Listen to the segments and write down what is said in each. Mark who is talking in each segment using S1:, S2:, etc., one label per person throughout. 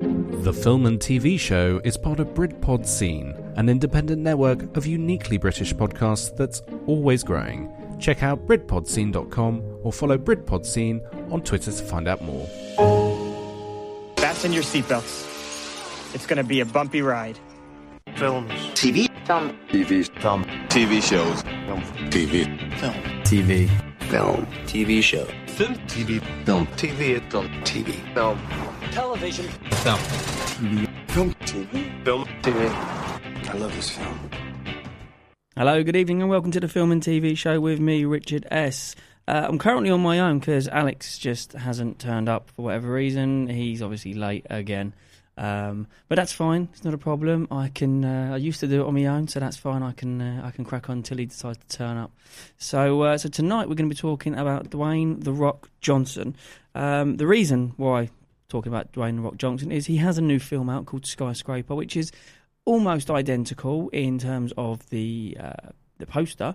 S1: The film and TV show is part of Britpod Scene, an independent network of uniquely British podcasts that's always growing. Check out BritpodScene.com or follow Britpod Scene on Twitter to find out more.
S2: Fasten your seatbelts. It's going to be a bumpy ride.
S3: films.
S4: TV.
S5: TV,
S3: Film.
S5: TV shows, TV,
S4: TV. Film. TV show.
S3: TV.
S4: Film.
S3: TV. Film.
S4: TV. Film.
S6: Hello, good evening, and welcome to the film and TV show with me, Richard S. Uh, I'm currently on my own because Alex just hasn't turned up for whatever reason. He's obviously late again, um, but that's fine. It's not a problem. I can. Uh, I used to do it on my own, so that's fine. I can. Uh, I can crack on until he decides to turn up. So, uh, so tonight we're going to be talking about Dwayne the Rock Johnson. Um, the reason why talking about Dwayne the Rock Johnson is he has a new film out called Skyscraper, which is almost identical in terms of the uh, the poster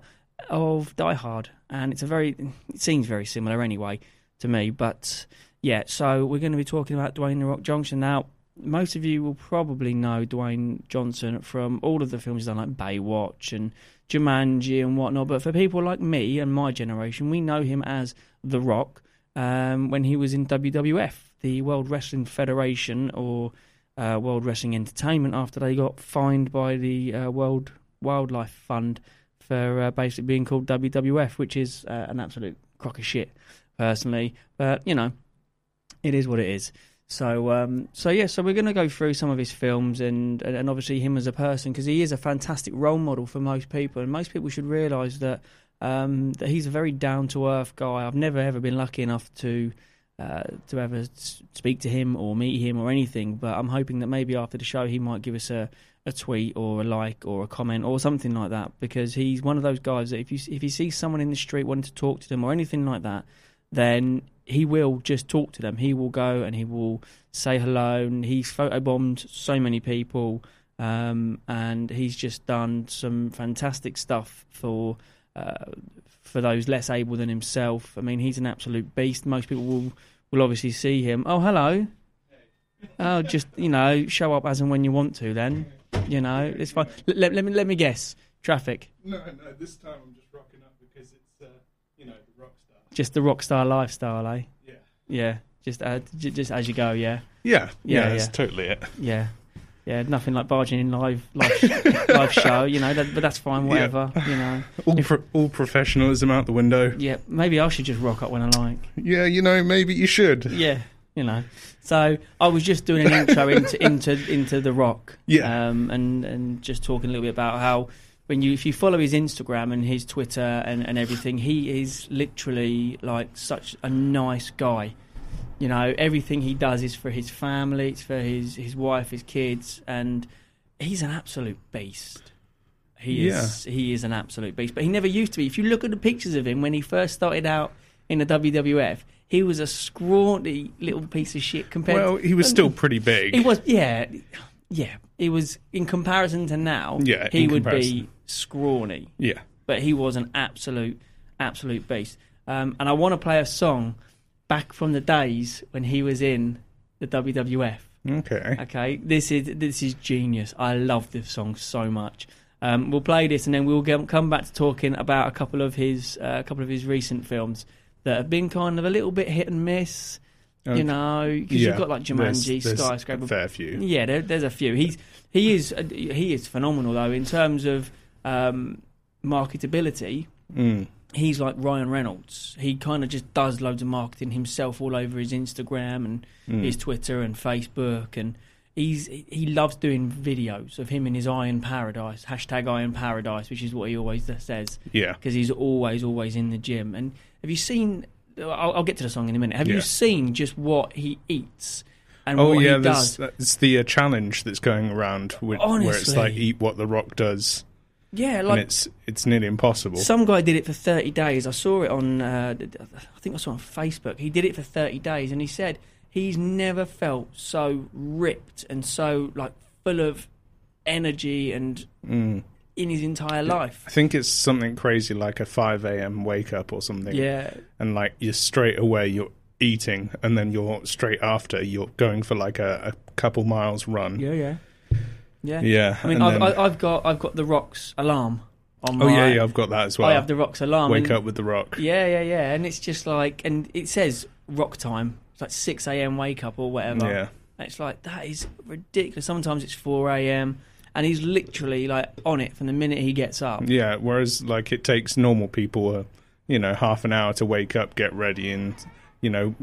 S6: of Die Hard, and it's a very it seems very similar anyway to me. But yeah, so we're going to be talking about Dwayne the Rock Johnson now. Most of you will probably know Dwayne Johnson from all of the films he's done, like Baywatch and Jumanji and whatnot. But for people like me and my generation, we know him as The Rock um, when he was in WWF, the World Wrestling Federation, or uh, World Wrestling Entertainment after they got fined by the uh, World Wildlife Fund for uh, basically being called WWF, which is uh, an absolute crock of shit, personally. But you know, it is what it is. So, um, so yeah, so we're going to go through some of his films and and obviously him as a person because he is a fantastic role model for most people, and most people should realise that um, that he's a very down to earth guy. I've never ever been lucky enough to uh, to ever s- speak to him or meet him or anything. But I'm hoping that maybe after the show he might give us a, a tweet or a like or a comment or something like that because he's one of those guys that if you if he sees someone in the street wanting to talk to them or anything like that, then he will just talk to them. He will go and he will say hello. And he's photobombed so many people. Um, and he's just done some fantastic stuff for uh, for those less able than himself. I mean, he's an absolute beast. Most people will will obviously see him. Oh, hello. Oh, just you know, show up as and when you want to. Then you know, it's fine. Let, let, let me let me guess. Traffic,
S7: No, no, this time I'm just rocking up because it's, uh, you know, the rock star.
S6: just the rock star lifestyle, eh?
S7: Yeah.
S6: Yeah, just uh, j- just as you go. Yeah,
S7: Yeah,
S6: Yeah, yeah.
S7: totally it.
S6: yeah, yeah. Nothing like barging in live live, live show. You know, that, but that's fine. Whatever. You know.
S7: All, pro- all professionalism out the window.
S6: Yeah, maybe I should just rock up when I like.
S7: Yeah, you know, maybe you should.
S6: Yeah, you know. So I was just doing an intro into into into The Rock.
S7: Yeah.
S6: Um, and and just talking a little bit about how when you if you follow his Instagram and his Twitter and and everything, he is literally like such a nice guy. You know, everything he does is for his family, it's for his his wife, his kids, and he's an absolute beast. He is he is an absolute beast, but he never used to be. If you look at the pictures of him when he first started out in the WWF, he was a scrawny little piece of shit compared.
S7: Well, he was still pretty big.
S6: he was yeah, yeah. He was in comparison to now.
S7: Yeah,
S6: he
S7: in
S6: would be
S7: comparison.
S6: scrawny
S7: Yeah.
S6: but he was an absolute, absolute beast. Um, and I want to play a song back from the days when he was in the WWF.
S7: Okay.
S6: Okay, this is this is genius. I love this song so much. Um, we'll play this, and then we'll get, come back to talking about a couple of his uh, a couple of his recent films that have been kind of a little bit hit and miss.
S7: Okay.
S6: You know, because
S7: Yeah,
S6: you've got like
S7: there's-
S6: Jumanji,
S7: there's
S6: Skyscraper,
S7: a fair few.
S6: yeah, there, there's a few. He's he is uh, he is phenomenal though in terms of um, marketability.
S7: Mm.
S6: He's like Ryan Reynolds. He kind of just does loads of marketing himself all over his Instagram and
S7: Mm.
S6: his Twitter and Facebook, and he's he loves doing videos of him in his Iron Paradise hashtag Iron Paradise, which is what he always says
S7: Yeah.
S6: because he's always always in the gym. And have you seen? I'll, I'll get to the song in a minute. Have
S7: Yeah.
S6: you seen just what he eats and
S7: Oh
S6: what
S7: yeah,
S6: he does?
S7: there's, that's the uh, challenge that's going around, with, where it's
S6: Honestly.
S7: like eat what the rock does,
S6: Yeah,
S7: and
S6: like
S7: it's it's nearly impossible.
S6: some guy did it for 30 days. I saw it on, uh, I think I saw it on Facebook. He did it for 30 days and he said he's never felt so ripped and so like full of energy and
S7: Mm.
S6: in his entire life.
S7: I think it's something crazy like a five a.m. wake up or something.
S6: Yeah.
S7: and like you're straight away you're eating, and then you're straight after you're going for like a, a couple miles run.
S6: Yeah, yeah, yeah.
S7: Yeah,
S6: I mean,
S7: and
S6: I've,
S7: then-
S6: I- I've got I've got the rocks alarm on my.
S7: oh yeah, yeah, I've got that as well.
S6: I have the rocks alarm.
S7: Wake
S6: and-
S7: up with the rock.
S6: Yeah, yeah, yeah. And it's just like, and it says rock time. It's like 6 a.m. wake up or whatever.
S7: Yeah.
S6: And it's like, that is ridiculous. Sometimes it's 4 a.m. And he's literally like on it from the minute he gets up.
S7: Yeah, whereas like it takes normal people, uh, you know, half an hour to wake up, get ready, and you know,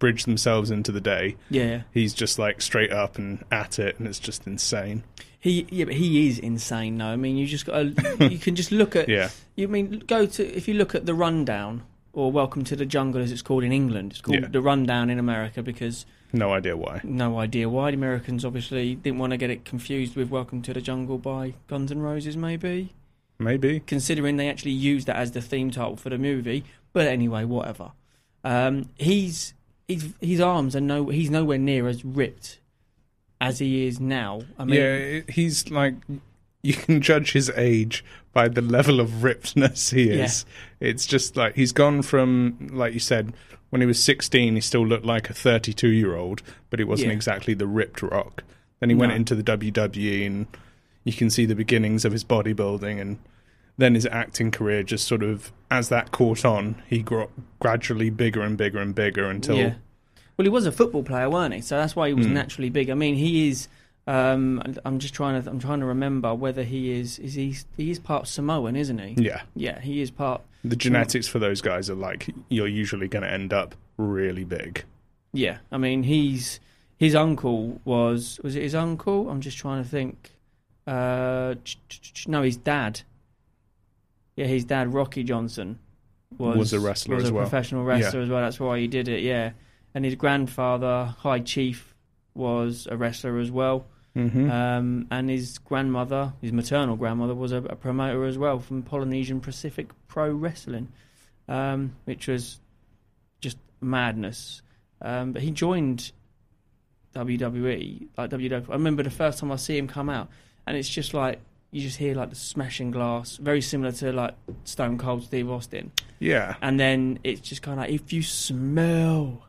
S7: bridge themselves into the day.
S6: Yeah. yeah.
S7: He's just like straight up and at it, and it's just insane.
S6: He, yeah, but he is insane though. I mean, you just got to, you can just look at,
S7: Yeah,
S6: you mean, go to, if you look at the rundown or welcome to the jungle as it's called in England, it's called
S7: Yeah.
S6: the rundown in America because
S7: no idea why.
S6: no idea why the Americans obviously didn't want to get it confused with welcome to the jungle by Guns N' Roses maybe.
S7: Maybe.
S6: considering they actually used that as the theme title for the movie. But anyway, whatever. Um, he's, he's his arms are no he's nowhere near as ripped as he is now. I mean,
S7: yeah, it- he's like you can judge his age by the level of rippedness he
S6: Yeah.
S7: is. It's just like he's gone from like you said when he was 16 he still looked like a 32 year old, but he wasn't
S6: Yeah.
S7: exactly the ripped rock. Then he went
S6: No.
S7: into the WWE and you can see the beginnings of his bodybuilding and then his acting career just sort of as that caught on, he got gradually bigger and bigger and bigger until
S6: yeah. Well, he was a football player, weren't he? So that's why he was
S7: Hmm.
S6: naturally big. I mean, he is. Um, I'm just trying to. I'm trying to remember whether he is. Is he? He is part Samoan, isn't he?
S7: yeah.
S6: Yeah, he is part.
S7: The genetics for those guys are like you're usually going to end up really big.
S6: Yeah, I mean he's his uncle was was it his uncle? I'm just trying to think. Uh, ch- ch- ch- no, his dad. Yeah, his dad, Rocky Johnson, was
S7: Was a wrestler
S6: was
S7: as
S6: a
S7: well.
S6: professional
S7: Yeah.
S6: wrestler as well. That's why he did it. Yeah, and his grandfather, High Chief, was a wrestler as well.
S7: Mm-hmm.
S6: Um, and his grandmother, his maternal grandmother, was a, a promoter as well from Polynesian Pacific Pro Wrestling, um, which was just madness. Um, but he joined WWE, like WWE. I remember the first time I see him come out, and it's just like you just hear like the smashing glass, very similar to like Stone Cold Steve Austin.
S7: yeah,
S6: And then it's just kind of like if you smell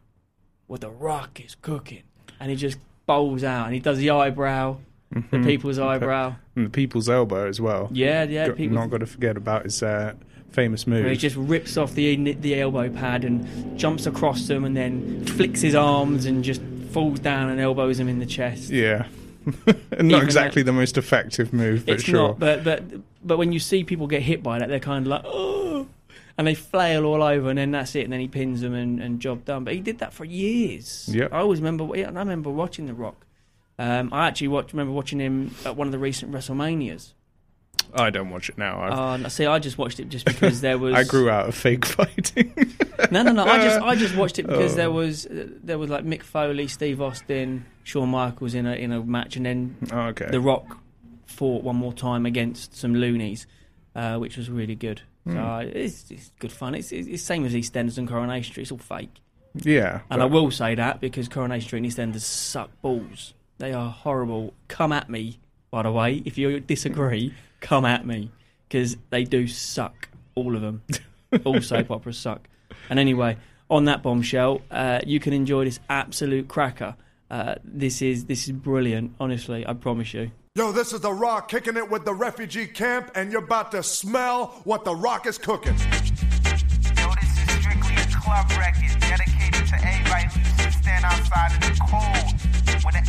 S6: what the Rock is cooking, and he just bowls out, and he does the eyebrow,
S7: Mm-hmm.
S6: the people's eyebrow.
S7: and the people's elbow as well.
S6: Yeah, yeah,
S7: Got-
S6: people-
S7: not got to forget about his uh, famous
S6: Where he
S7: move.
S6: just rips off the the elbow pad and jumps across them, and then flicks his arms and just falls down and elbows him in the chest.
S7: yeah, and
S6: Even uh,
S7: not exactly the most effective move, but
S6: it's
S7: sure.
S6: not, but but but when you see people get hit by that, they're kind of like oh. And they flail all over, and then that's it. And then he pins them, and, and job done. But he did that for years.
S7: Yep.
S6: I always remember. yeah, and I remember watching The Rock. Um, I actually watch, remember watching him at one of the recent WrestleManias.
S7: I don't watch it now. I've,
S6: Uh, see, I just watched it just because there was.
S7: I grew out of fake fighting.
S6: No, no, no. I just I just watched it because
S7: Oh.
S6: there was uh, there was like Mick Foley, Steve Austin, Shawn Michaels in a in a match, and then
S7: oh, okay.
S6: The Rock fought one more time against some loonies, uh, which was really good. So uh, it's, it's good fun. It's, it's it's same as EastEnders and Coronation Street. It's all fake.
S7: yeah,
S6: And
S7: but-
S6: I will say that because Coronation Street and EastEnders suck balls. They are horrible. Come at me, by the way. If you disagree, come at me because they do suck. All of them. All soap operas suck. And anyway, on that bombshell, uh, you can enjoy this absolute cracker. Uh, this is this is brilliant. Honestly, I promise you.
S8: Yo, this is The Rock kicking it with the refugee camp, and you're about to smell what The Rock is cooking.
S9: Yo, this is strictly a club record dedicated to everybody who used to stand outside in the cold when the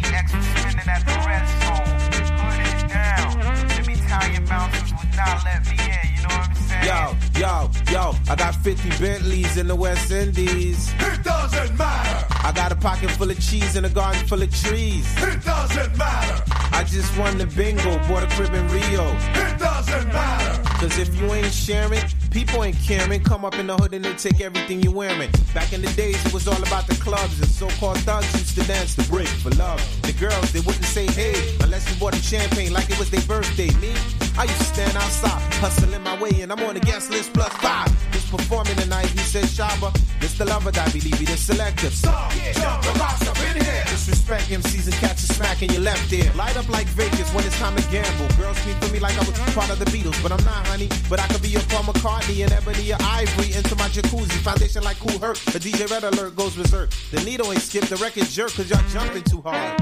S9: FLEX was spinning at the red zone. Hood is down. Them Italian mountains would not let me in, you know what I'm saying?
S10: Yo, yo, yo, I got 50 Bentleys in the West Indies.
S8: It doesn't matter.
S10: I got a pocket full of cheese and a garden full of trees.
S8: It doesn't matter.
S10: I just won the bingo, bought a crib in Rio.
S8: It doesn't matter.
S10: Cause if you ain't sharing, people ain't caring. Come up in the hood and they take everything you wearing. Back in the days, it was all about the clubs. And so called thugs used to dance the break for love. The girls, they wouldn't say hey unless you bought them champagne like it was their birthday. Me, I used to stand outside, hustling my way, and I'm on the guest list plus five. Who's performing tonight? He said Shaba. This the lover that believe he the selective. So, yeah, jump the box up in here. Disrespect MCs and catch a smack. smack in your left ear. Light up like Vegas when it's time to gamble. Girls speak for me like I was part of the Beatles, but I'm not, honey. But I could be a Paul McCartney and Ebony or Ivory into my jacuzzi. Foundation like Cool Herc. A DJ Red Alert goes berserk. The needle ain't skipped, the record jerk, cause y'all jumping too hard.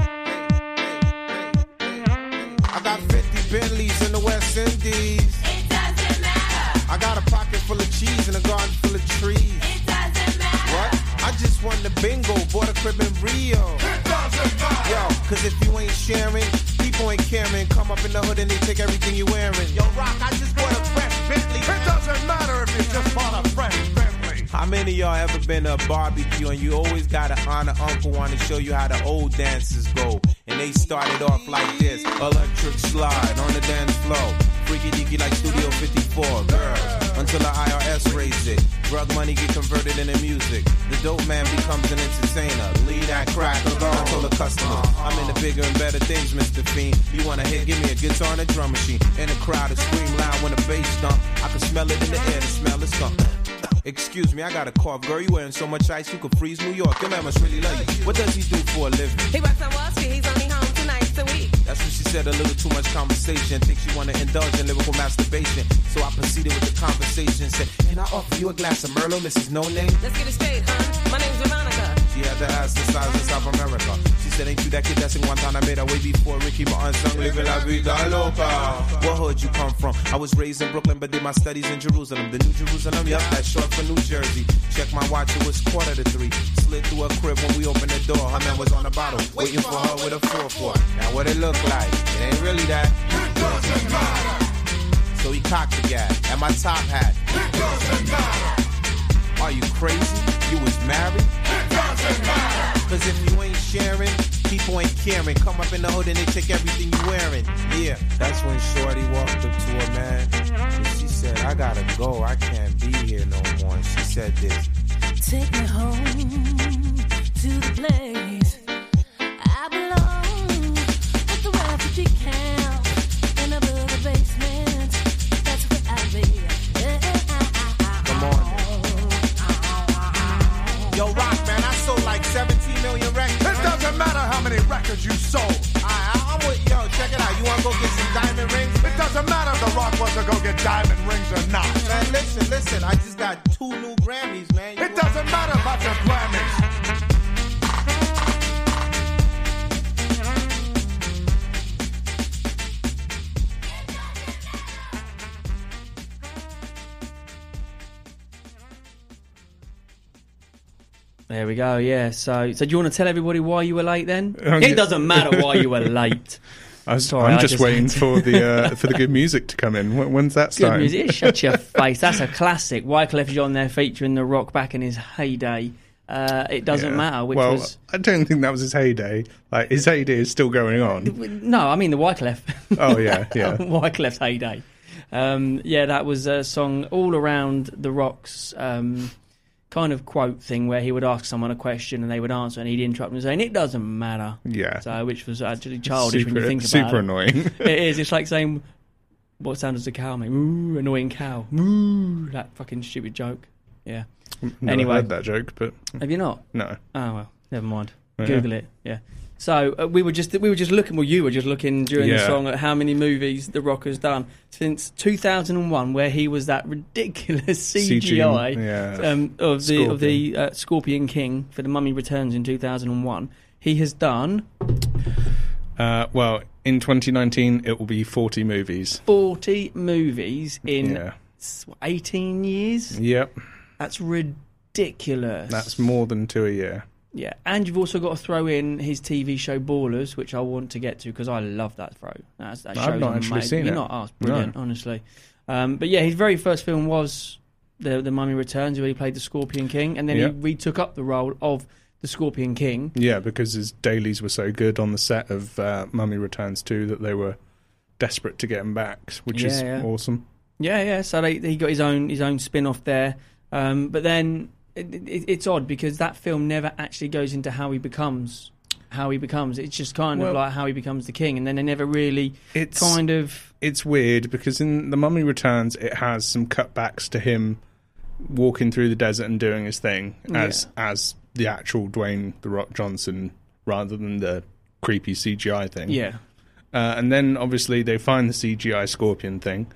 S10: I got 50 Bentleys in the West Indies. It doesn't matter. I got a pocket full of cheese and a garden full of trees. It doesn't matter. What? I just won the bingo, bought a crib in Rio. It doesn't matter. Yo, cause if you ain't sharing, people ain't caring. Come up in the hood and they take everything you wearing. Yo, Rock, I just bought a fresh Bentley. It doesn't matter if you just bought a fresh Bentley. How many of y'all ever been to a barbecue and you always got an honor uncle want to show you how the old dances go? And they started off like this electric slide on the dance floor. Freaky deaky like Studio 54, girls. Until the IRS raised it. Drug money get converted into music. The dope man becomes an entertainer. Leave that crack alone. I told the customer, I'm into bigger and better things, Mr. Fiend. You wanna hit? Give me a guitar and a drum machine. And a crowd to scream loud when the bass dump. I can smell it in the air, the smell is something. Excuse me, I got a cough. Girl, you wearing so much ice you could freeze New York. Your man must really love you. What does he do for a living?
S11: He works on Wall Street. He's only home two nights a week.
S10: That's when she said a little too much conversation. Think she wanna indulge in lyrical masturbation. So I proceeded with the conversation. Said, Can I offer you a glass of Merlot, Mrs. No Name?
S11: Let's get it straight, huh? My name's Veronica.
S10: She had to ask the size of South America. She said, Ain't you that kid that's in Guantanamo way before Ricky Martin sung Living La Vida Loca? What hood you come from? I was raised in Brooklyn, but did my studies in Jerusalem. The New Jerusalem, yup, that's short for New Jersey. Check my watch, it was quarter to three. Slid through a crib when we opened the door. Her man was on the bottle, waiting for her with a 4-4. Now, what it look like? It ain't really that. It doesn't matter. So he cocked the guy at my top hat. It doesn't matter. Are you crazy? You was married? It doesn't matter. Cause if you ain't sharing, people ain't caring. Come up in the hood and they take everything you wearing. Yeah, that's when Shorty walked up to her man. And she said, I gotta go. I can't be here no more. And she said this.
S12: Take me home to the place I belong. At the refugee camp in a blue basement. That's where I be.
S10: Come on. Yo, Rock, man, I sold like 17 million records. It doesn't matter how many records you sold. I, I, am with, yo, check it out. You wanna go get some diamond rings?
S8: It doesn't matter if The Rock wants to go get diamond rings or not.
S10: Man, listen, listen. I just got two new Grammys, man.
S8: It doesn't matter about your Grammys.
S6: There we go. Yeah. So, so do you want to tell everybody why you were late then?
S7: Um,
S6: it
S7: yeah.
S6: doesn't matter why you were late.
S7: I was,
S6: Sorry,
S7: I'm
S6: I
S7: just,
S6: just-
S7: waiting for the uh, for the good music to come in. When, when's that
S6: Good
S7: starting?
S6: music. Shut your face. That's a classic. Wyclef Jean there featuring The Rock back in his heyday. Uh, it doesn't
S7: Yeah.
S6: matter, which
S7: well,
S6: was
S7: I don't think that was his heyday. Like his heyday is still going on.
S6: no, I mean the Wyclef.
S7: Oh yeah, yeah.
S6: Wyclef's heyday. Um, yeah, that was a song all around the Rock's um, kind of quote thing where he would ask someone a question and they would answer and he'd interrupt and saying it doesn't matter.
S7: Yeah.
S6: So which was actually childish
S7: super,
S6: when you think about
S7: super
S6: it.
S7: annoying.
S6: it is. It's like saying, "What sound does a cow make?" Moo, annoying cow. Moo, that fucking stupid joke. Yeah.
S7: Never
S6: anyway,
S7: heard that joke, but
S6: have you not?
S7: No.
S6: Oh well, never mind.
S7: Yeah.
S6: Google it. Yeah. So uh, we were just we were just looking. Well, you were just looking during the
S7: Yeah.
S6: song at how many movies The Rock has done since 2001, where he was that ridiculous CGI
S7: yeah.
S6: um, of the of the uh, Scorpion King for The Mummy Returns in 2001. He has done
S7: Uh, well, in 2019, it will be 40 movies.
S6: 40 movies in
S7: Yeah.
S6: s- 18 years.
S7: Yep,
S6: That's ridiculous.
S7: that's more than two a year.
S6: yeah. And you've also got to throw in his TV show Ballers, which I want to get to because I love that throw. That's, that
S7: I've
S6: show's
S7: not actually
S6: amazing.
S7: seen
S6: You're
S7: it.
S6: not asked. Brilliant, honestly. Um, but yeah, his very first film was the the Mummy Returns, where he played the Scorpion King, and then
S7: Yeah.
S6: he retook up the role of the Scorpion King.
S7: Yeah, because his dailies were so good on the set of uh, Mummy Returns 2 that they were desperate to get him back, which is
S6: Yeah, yeah.
S7: awesome.
S6: Yeah, yeah. So they, he got his own his own spin off there. Um, but then it, it, it's odd because that film never actually goes into how he becomes how he becomes. It's just kind of
S7: Well-
S6: like how he becomes the king, and then they never really
S7: It's-
S6: kind of
S7: It's weird because in The Mummy Returns, it has some cutbacks to him walking through the desert and doing his thing as as the actual Dwayne the Rock Johnson rather than the creepy CGI thing.
S6: Yeah.
S7: Uh, and then obviously they find the CGI Scorpion thing,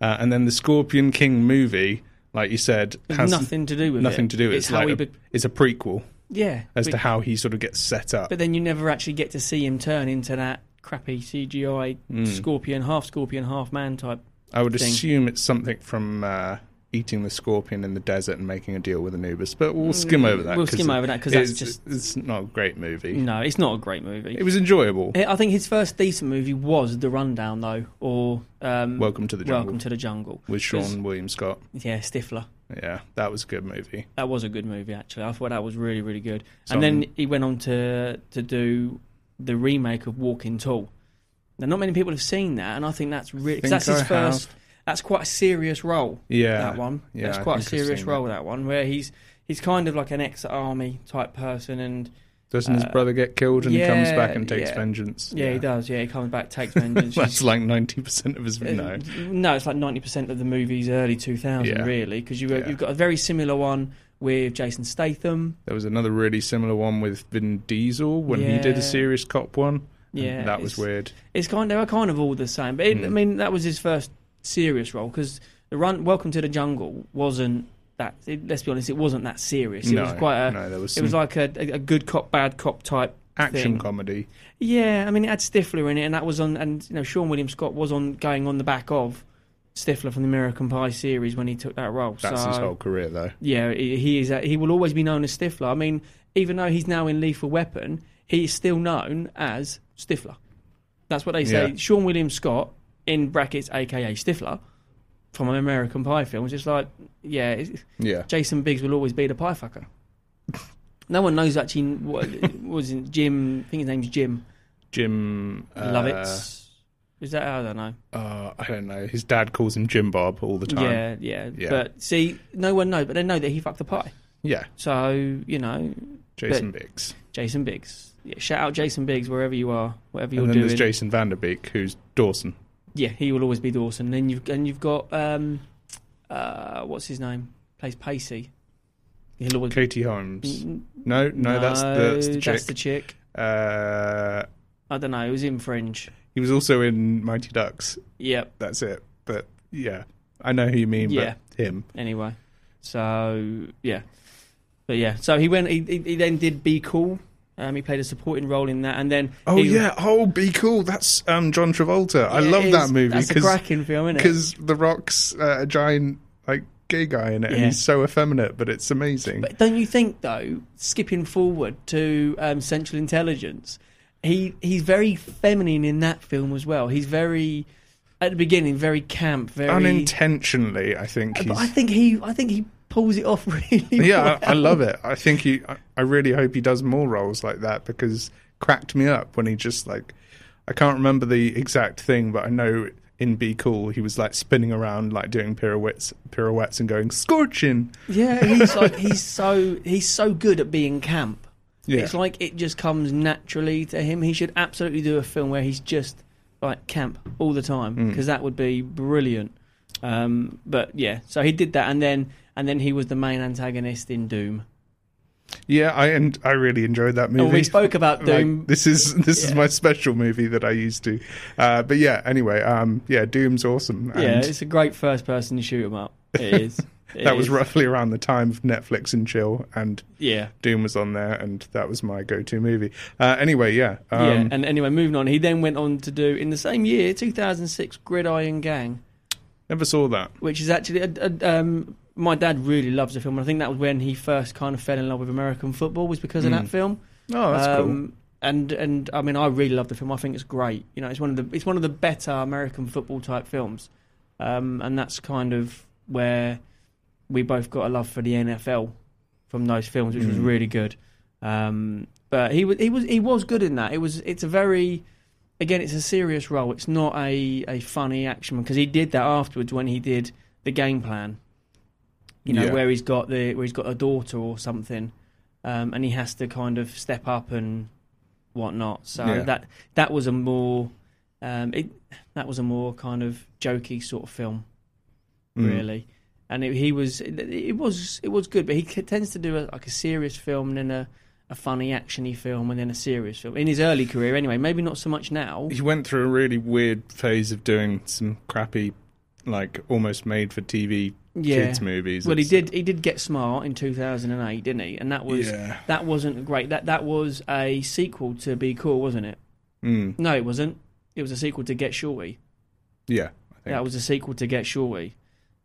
S7: uh, and then the Scorpion King movie, like you said,
S6: Has
S7: has
S6: nothing to do with
S7: nothing
S6: it.
S7: to do.
S6: It's
S7: It's,
S6: how
S7: like
S6: he
S7: a,
S6: be-
S7: it's a prequel.
S6: Yeah,
S7: as
S6: but-
S7: to how he sort of gets set up.
S6: But then you never actually get to see him turn into that crappy CGI
S7: Mm.
S6: scorpion, half scorpion, half man type.
S7: I would
S6: thing.
S7: assume it's something from uh, eating the scorpion in the desert and making a deal with Anubis, but we'll skim over that.
S6: Mm, We'll skim over that 'cause that's
S7: it's-
S6: just-
S7: it's not a great movie.
S6: No, it's not a great movie.
S7: It was enjoyable.
S6: I I think his first decent movie was The Rundown, though, or um,
S7: Welcome to the Jungle.
S6: Welcome to the Jungle
S7: with
S6: 'Cause-
S7: Sean William Scott.
S6: Yeah, Stifler.
S7: Yeah, that was a good movie.
S6: That was a good movie, actually. I thought that was really, really good.
S7: Some-
S6: And then he went on to to do the remake of Walking Tall. Now, not many people have seen that, and I think that's really
S7: Think
S6: that's his
S7: I
S6: first. That's quite a serious role.
S7: Yeah,
S6: that one.
S7: yeah,
S6: that's
S7: I
S6: quite a
S7: think I've
S6: serious
S7: seen
S6: role. That one where he's he's kind of like an ex-army type person, and
S7: Doesn't his
S6: uh,
S7: brother get killed and he comes
S6: yeah,
S7: back and takes
S6: yeah.
S7: vengeance?
S6: Yeah, he does. Yeah, he comes back, takes vengeance.
S7: That's like ninety percent of his
S6: Uh,
S7: no.
S6: no, it's like ninety percent of the movies early two thousand
S7: Yeah.
S6: really, because you
S7: Yeah.
S6: you've got a very similar one with Jason Statham.
S7: There was another really similar one with Vin Diesel when he did
S6: Yeah.
S7: a serious cop one. and
S6: Yeah,
S7: that was
S6: it's-
S7: weird.
S6: It's kind of kind of all the same, but it, I
S7: Mm.
S6: mean that was his first serious role because the run Welcome to the Jungle wasn't that. It, let's be honest, it wasn't that serious. It
S7: No,
S6: was quite a.
S7: no, there was
S6: it was
S7: some-
S6: like a, a a good cop bad cop type
S7: Action
S6: thing.
S7: comedy.
S6: Yeah, I mean it had Stifler in it, and that was on, and you know Sean William Scott was on going on the back of Stifler from the American Pie series when he took that role.
S7: That's
S6: so,
S7: his whole career though.
S6: Yeah, he he is. He will always be known as Stifler. I mean, even though he's now in Lethal Weapon, he's still known as Stifler. That's what they say.
S7: Yeah.
S6: Sean William Scott in brackets, aka Stifler, from American Pie films. It's like, yeah, it's-
S7: Yeah.
S6: Jason Biggs will always be the pie fucker. no one knows actually what was it, Jim. I think his name's Jim.
S7: Jim uh,
S6: Lovitz. Is that I don't know.
S7: Uh, I don't know. His dad calls him Jim Bob all the
S6: Yeah,
S7: time.
S6: yeah,
S7: yeah.
S6: But see, no one knows, but they know that he fucked the pie.
S7: Yeah.
S6: So you know,
S7: Jason
S6: but-
S7: Biggs.
S6: Jason Biggs. Yeah, shout out Jason Biggs wherever you are, whatever you're
S7: and then
S6: doing.
S7: there's Jason Vanderbeek, who's Dawson.
S6: Yeah, he will always be Dawson. And then you've and you've got um, uh, what's his name? Plays Pacey. He'll always
S7: Katie Holmes.
S6: Mm,
S7: No, no, that's the, that's the
S6: no,
S7: chick.
S6: that's the chick.
S7: Uh,
S6: I don't know. It was in Fringe.
S7: he was also in Mighty Ducks.
S6: Yep.
S7: That's it. But yeah, I know who you mean.
S6: yeah,
S7: But him.
S6: Anyway, so yeah, but yeah, so he went. He, he, he then did Be Cool. Um, he played a supporting role in that, and then
S7: Oh
S6: he-
S7: yeah. Oh, be cool. That's um, John Travolta. I
S6: Yeah,
S7: love
S6: it
S7: that
S6: is.
S7: movie.
S6: That's a cracking film, isn't it?
S7: Because The Rock's uh, a giant like gay guy in it, and
S6: Yeah.
S7: he's so effeminate, but it's amazing.
S6: But don't you think though, skipping forward to um, Central Intelligence, he he's very feminine in that film as well. He's very at the beginning very camp, very.
S7: Unintentionally, I think. He's,
S6: but I think he I think he pulls it off really.
S7: yeah, I, I
S6: well.
S7: love it. I think he. I, I really hope he does more roles like that because cracked me up when he just like. I can't remember the exact thing, but I know in Be Cool he was like spinning around, like doing pirouettes, pirouettes, and going scorching.
S6: Yeah, he's like he's so he's so good at being camp.
S7: Yeah.
S6: It's like it just comes naturally to him. He should absolutely do a film where he's just like camp all the time
S7: Mm.
S6: because that would be brilliant. Um, but yeah, so he did that, and then and then he was the main antagonist in Doom. Oh,
S7: Yeah, I and I really enjoyed that movie.
S6: we spoke about
S7: Like,
S6: Doom.
S7: this is this is my special movie that I used to. Uh, but yeah, anyway, um, yeah, Doom's awesome. And
S6: yeah, it's a great first person to shoot 'em up. It is. It
S7: that was
S6: is.
S7: roughly around the time of Netflix and chill, and
S6: Yeah.
S7: Doom was on there, and that was my go-to movie. Uh, anyway, yeah, um,
S6: yeah, and anyway, moving on. He then went on to do in the same year, 2006, Gridiron Gang.
S7: never saw that.
S6: which is actually a, a, um, my dad really loves the film. and I think that was when he first kind of fell in love with American football was because of
S7: Mm.
S6: that film.
S7: Oh, that's cool.
S6: Um, And and I mean, I really love the film. I think it's great. You know, it's one of the it's one of the better American football type films, um, and that's kind of where we both got a love for the NFL from those films, which was
S7: Mm.
S6: really good. Um, but he was he was he was good in that. It was it's a very again it's a serious role. It's not a, a funny action because he did that afterwards when he did the game plan. You know
S7: Yeah.
S6: where he's got the where he's got a daughter or something, um, and he has to kind of step up and whatnot. So
S7: Yeah.
S6: that that was a more um, it that was a more kind of jokey sort of film,
S7: Mm.
S6: really. And it, he was it, it was it was good, but he c- tends to do a, like a serious film and then a a funny actiony film and then a serious film in his early career. Anyway, maybe not so much now.
S7: He went through a really weird phase of doing some crappy, like almost made for TV kids movies.
S6: Well, he
S7: It's-
S6: did. He did get smart in 2008, didn't he? And that was
S7: Yeah.
S6: that wasn't great. That that was a sequel to Be Cool, wasn't it?
S7: Mm.
S6: No, it wasn't. It was a sequel to Get Shorty.
S7: Yeah, I think.
S6: That was a sequel to Get Shorty.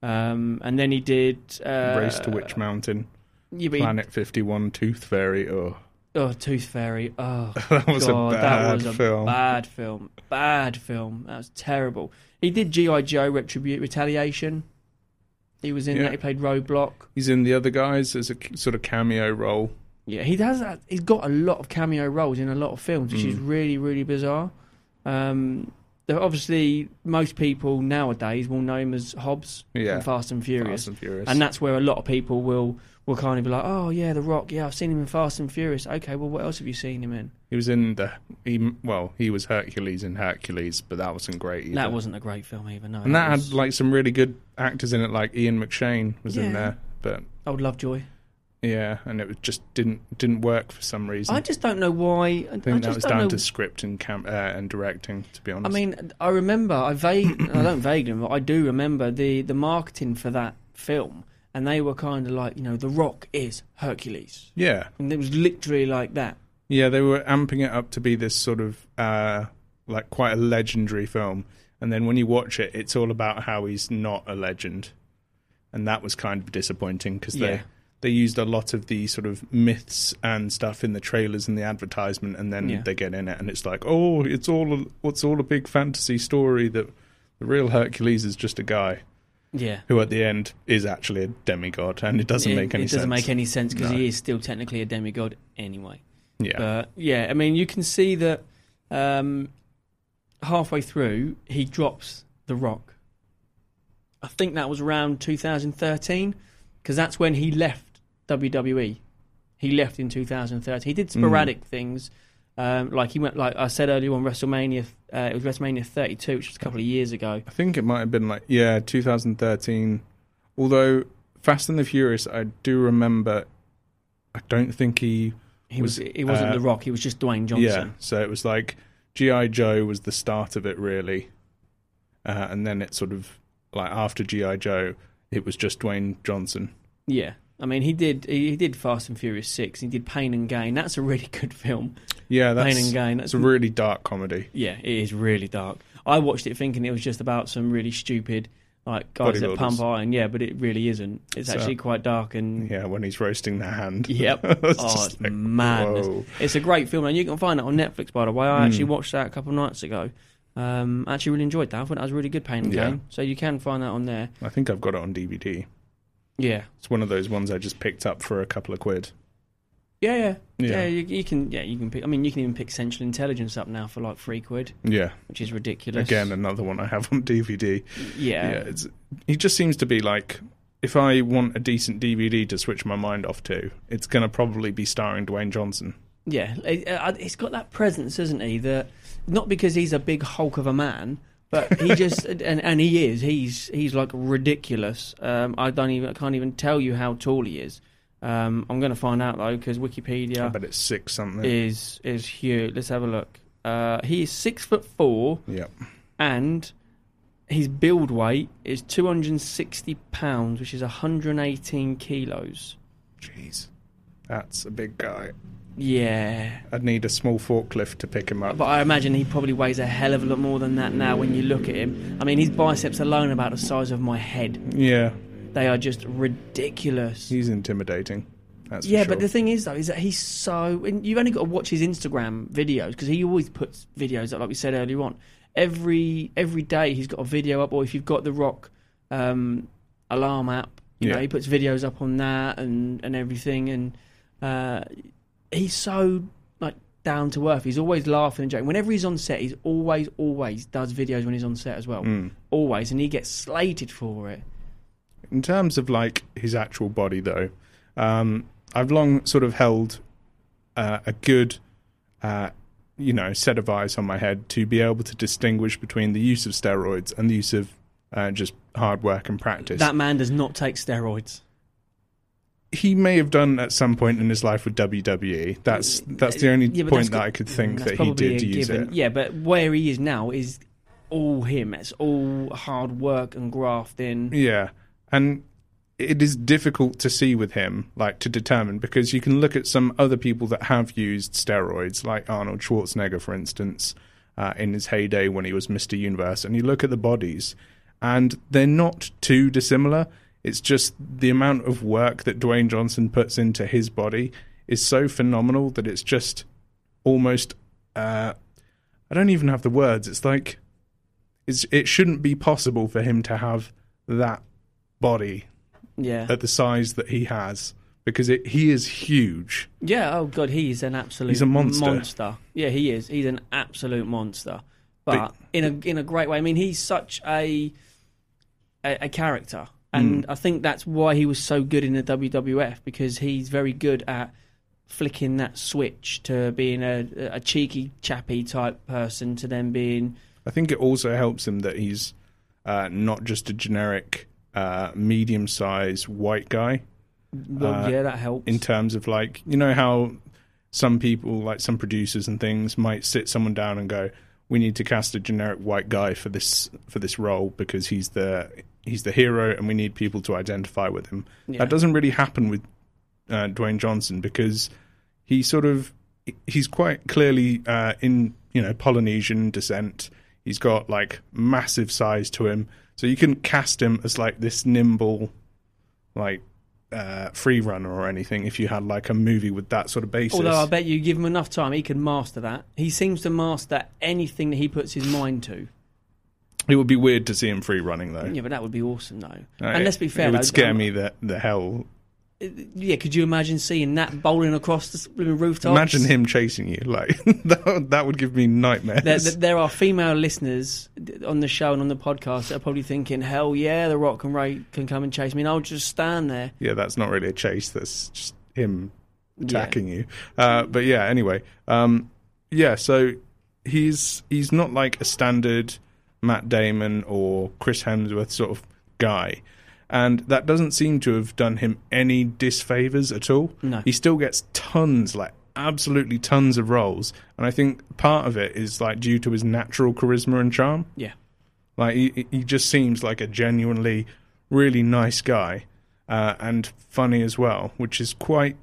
S6: Um, and then he did uh,
S7: Race to Witch Mountain,
S6: Yeah, but he-
S7: Planet Fifty One, Tooth Fairy, or
S6: Oh, Tooth Fairy. Oh,
S7: That was a
S6: God, that was
S7: bad
S6: a
S7: film.
S6: Bad film. Bad film. That was terrible. He did GI Joe Retribu- Retaliation. He was in
S7: Yeah.
S6: that. He played Roadblock.
S7: he's in the other guys as a c- sort of cameo role.
S6: Yeah, he does. That. He's got a lot of cameo roles in a lot of films, which is
S7: Mm.
S6: really, really bizarre. Um, there- obviously, most people nowadays will know him as Hobbs
S7: Yeah.
S6: from Fast and Furious,
S7: Fast and Furious.
S6: that's where a lot of people will will kind of be like, "Oh yeah, The Rock. Yeah, I've seen him in Fast and Furious. Okay, well, what else have you seen him in?"
S7: He was in the he well, he was Hercules in Hercules, but that wasn't great either.
S6: That wasn't a great film either. No,
S7: and that,
S6: was-
S7: had like some really good actors in it, like Ian McShane was
S6: Yeah.
S7: in there, but
S6: old Lovejoy.
S7: yeah, and it was- just didn't didn't work for some reason.
S6: I just don't know why. I,
S7: I think
S6: I
S7: that
S6: just
S7: was
S6: don't
S7: down
S6: know-
S7: to script and cam- uh, and directing, to be honest.
S6: I mean, I remember. I vague. I don't vaguely remember. I do remember the the marketing for that film, and they were kind of like, you know, The Rock is Hercules,
S7: yeah,
S6: and it was literally like that.
S7: yeah, they were amping it up to be this sort of uh, like quite a legendary film, and then when you watch it, it's all about how he's not a legend, and that was kind of disappointing because
S6: Yeah.
S7: they they used a lot of the sort of myths and stuff in the trailers and the advertisement, and then
S6: Yeah.
S7: they get in it, and it's like, oh, it's all a, it's all a big fantasy story that the real Hercules is just a guy.
S6: Yeah.
S7: who at the end is actually a demigod, and it doesn't make any
S6: It
S7: sense.
S6: doesn't make any sense because
S7: No.
S6: he is still technically a demigod anyway.
S7: Yeah.
S6: But yeah, I mean, you can see that um, halfway through he drops the rock. I think that was around 2013 because that's when he left WWE. He left in 2013. He did sporadic things. Um, like he went, like I said earlier on WrestleMania, uh, it was WrestleMania 32, which was a couple of years ago.
S7: I think it might have been like yeah, 2013. Although Fast and the Furious, I do remember. I don't think he
S6: He was, he wasn't
S7: uh,
S6: The Rock. He was just Dwayne
S7: Yeah,
S6: Johnson.
S7: so it was like GI Joe was the start of it really, uh, and then it sort of like after GI Joe, it was just Dwayne Johnson.
S6: Yeah, I mean, he did. He he did Fast and Furious Six. He did Pain and Gain. That's a really good film.
S7: Yeah, that's
S6: Pain and Gain.
S7: It's a really dark comedy.
S6: yeah, it is really dark. I watched it thinking it was just about some really stupid like guys that
S7: Bodybuilders.
S6: pump iron. Yeah, but it really isn't. It's
S7: So-
S6: actually quite dark and
S7: Yeah, when he's roasting the hand.
S6: Yep.
S7: It's
S6: oh,
S7: just
S6: it's
S7: like,
S6: madness.
S7: whoa.
S6: It's a great film, and you can find it on Netflix. By the way, I actually
S7: Mm.
S6: watched that a couple of nights ago. Um, I actually really enjoyed that. I thought that was a really good Pain and
S7: Yeah.
S6: Gain. So you can find that on there.
S7: I think I've got it on DVD.
S6: Yeah.
S7: It's one of those ones I just picked up for a couple of quid.
S6: Yeah, yeah, yeah.
S7: Yeah.
S6: you, you can, yeah, you can pick. I mean, you can even pick Central Intelligence up now for like three quid.
S7: Yeah.
S6: which is ridiculous.
S7: Again, another one I have on DVD.
S6: Yeah.
S7: Yeah, it's, he just seems to be like if I want a decent DVD to switch my mind off to, it's going to probably be starring Dwayne Johnson.
S6: Yeah, it, uh, he's got that presence, hasn't he? That not because he's a big hulk of a man, but he just and and he is. He's he's like ridiculous. Um, I don't even I can't even tell you how tall he is. Um, I'm going to find out though because
S7: I
S6: Wikipedia
S7: bet it's six something.
S6: is is huge. Let's have a look. Uh, he is six foot four,
S7: yeah.
S6: and his build weight is 260 pounds, which is 118 kilos.
S7: Jeez. That's a big guy.
S6: Yeah.
S7: I'd need a small forklift to pick him up.
S6: But I imagine he probably weighs a hell of a lot more than that now when you look at him. I mean, his biceps alone are about the size of my head.
S7: yeah,
S6: They are just ridiculous.
S7: he's intimidating. That's for
S6: yeah,
S7: sure.
S6: but the thing is, though, is that he's so. And you've only got to watch his Instagram videos because he always puts videos up, like we said earlier on. Every every day he's got a video up, or if you've got the Rock um, alarm app, you know
S7: Yeah.
S6: he puts videos up on that and and everything. And uh, he's so like down to earth. He's always laughing and joking. Whenever he's on set, he's always always does videos when he's on set as well.
S7: Mm.
S6: Always, and he gets slated for it.
S7: In terms of like his actual body, though, um, I've long sort of held uh, a good, uh, you know, set of eyes on my head to be able to distinguish between the use of steroids and the use of uh, just hard work and practice.
S6: That man does not take steroids.
S7: he may have done at some point in his life with WWE. That's that's the only
S6: Mm, Yeah, but
S7: point
S6: that's
S7: that
S6: go-
S7: I could think
S6: that's
S7: that he
S6: probably
S7: did
S6: a
S7: use
S6: given.
S7: it.
S6: Yeah, but where he is now is all him. It's all hard work and grafting.
S7: Yeah, and it is difficult to see with him, like to determine, because you can look at some other people that have used steroids, like Arnold Schwarzenegger, for instance, uh, in his heyday when he was Mr. Universe, and you look at the bodies, and they're not too dissimilar. It's just the amount of work that Dwayne Johnson puts into his body is so phenomenal that it's just almost. Uh, I don't even have the words. It's like it's, it shouldn't be possible for him to have that body
S6: Yeah.
S7: at the size that he has because it, he is huge.
S6: Yeah, oh god, he's an absolute
S7: He's a monster.
S6: Yeah, he is. He's an absolute monster. But, in a in a great way. I mean, he's such a a, a character. And
S7: Mm.
S6: I think that's why he was so good in the WWF because he's very good at flicking that switch to being a, a cheeky chappy type person to then being
S7: I think it also helps him that he's uh, not just a generic uh, medium sized white guy. Uh,
S6: Well, yeah, that helps.
S7: In terms of like, you know how some people, like some producers and things, might sit someone down and go, "We need to cast a generic white guy for this for this role because he's the he's the hero, and we need people to identify with him."
S6: Yeah.
S7: That doesn't really happen with uh, Dwayne Johnson because he sort of he's quite clearly uh, in you know Polynesian descent. He's got like massive size to him, so you can cast him as like this nimble, like uh, free runner or anything. If you had like a movie with that sort of basis,
S6: Although I bet you give him enough time, he can master that. He seems to master anything that he puts his mind to.
S7: it would be weird to see him free running though.
S6: Yeah, but that would be awesome, though.
S7: Uh,
S6: and let's be fair,
S7: it
S6: though,
S7: would scare
S6: um,
S7: me the the hell.
S6: Yeah, could you imagine seeing that bowling across the blooming rooftops?
S7: Imagine him chasing you like that. That would give me nightmares.
S6: There, there- there are female listeners on the show and on the podcast that are probably thinking, "Hell yeah, the Rock and Ray can come and chase me, and I'll just stand there."
S7: yeah, that's not really a chase. That's just him
S6: Yeah.
S7: attacking you. Uh, but yeah, anyway, um, yeah. So he's he's not like a standard Matt Damon or Chris Hemsworth sort of guy, and that doesn't seem to have done him any disfavors at all.
S6: No.
S7: he still gets tons, like absolutely tons of roles, and I think part of it is like due to his natural charisma and charm.
S6: Yeah,
S7: Like he, he just seems like a genuinely really nice guy uh, and funny as well, which is quite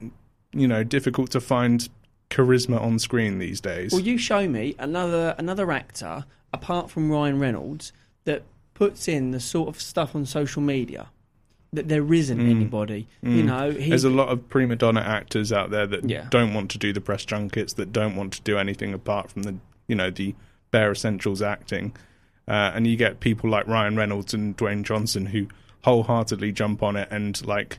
S7: you know difficult to find charisma on screen these days.
S6: Will you show me another another actor apart from Ryan Reynolds that puts in the sort of stuff on social media that there isn't
S7: Mm.
S6: anybody? You
S7: Mm.
S6: know, he,
S7: there's a lot of prima donna actors out there that
S6: Yeah.
S7: don't want to do the press junkets, that don't want to do anything apart from the you know the bare essentials acting, uh, and you get people like Ryan Reynolds and Dwayne Johnson who wholeheartedly jump on it and like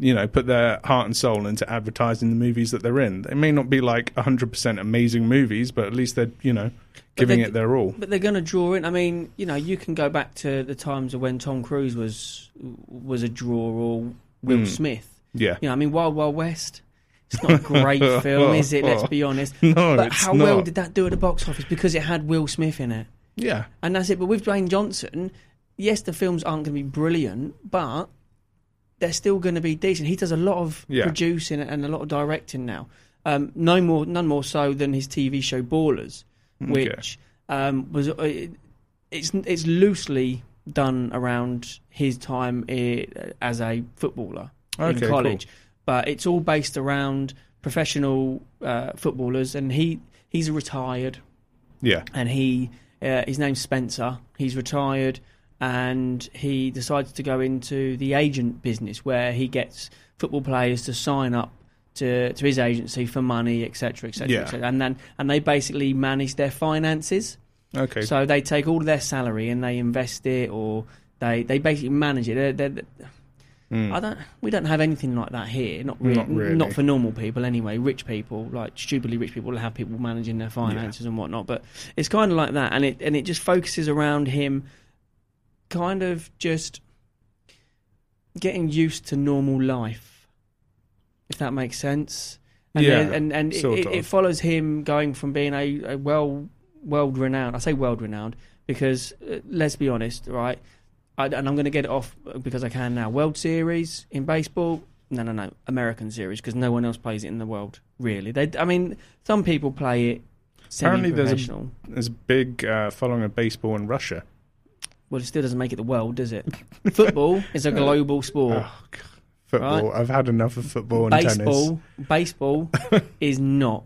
S7: you know put their heart and soul into advertising the movies that they're in. They may not be like 100% amazing movies, but at least they're you know giving
S6: they-
S7: it their all.
S6: But they're going to draw in. I mean, you know, you can go back to the times of when Tom Cruise was was a draw or Will
S7: Mm.
S6: Smith.
S7: Yeah.
S6: You know, I mean, Wild Wild West. It's not a great film, is it? Let's be honest.
S7: No,
S6: but
S7: it's
S6: how well
S7: not.
S6: did that do at the box office? Because it had Will Smith in it.
S7: Yeah.
S6: And that's it. But with Dwayne Johnson, yes, the films aren't going to be brilliant, but they're still going to be decent. He does a lot of
S7: Yeah.
S6: producing and a lot of directing now. Um, no more, none more so than his TV show Ballers,
S7: Mm, Okay.
S6: which um, was uh, it's it's loosely done around his time i as a footballer
S7: Okay,
S6: in
S7: cool.
S6: college, but it's all based around professional uh, footballers, and he he's retired
S7: Yeah.
S6: and he uh, his name's Spencer. He's retired, and he decides to go into the agent business, where he gets football players to sign up to to his agency for money, etc., etc.,
S7: Yeah.
S6: etc. And then and they basically manage their finances.
S7: Okay.
S6: So they take all their salary and they invest it, or they they basically manage it. They're- they're-
S7: Mm.
S6: I don't. We don't have anything like that here. Not really.
S7: Not
S6: Not,
S7: really.
S6: for normal people, anyway. Rich people, like stupidly rich people, will have people managing their finances and whatnot. But it's kind of like that, and it and it just focuses around him, kind of just getting used to normal life, if that makes sense. And
S7: Yeah,
S6: then- and and it,
S7: sort
S6: it,
S7: of.
S6: it follows him going from being a, a well world renowned. I say world renowned because uh, let's be honest, right? I, and I'm going to get it off because I can now. World Series in baseball, no, no, no, American series because no one else plays it in the world. Really, they. I mean, some people play it
S7: Apparently, there's
S6: semi-professional.
S7: a, there's a big uh, following of baseball in Russia.
S6: Well, it still doesn't make it the world, does it? Football is a global sport.
S7: Football.
S6: Right.
S7: I've had enough of football and tennis.
S6: baseball, baseball is not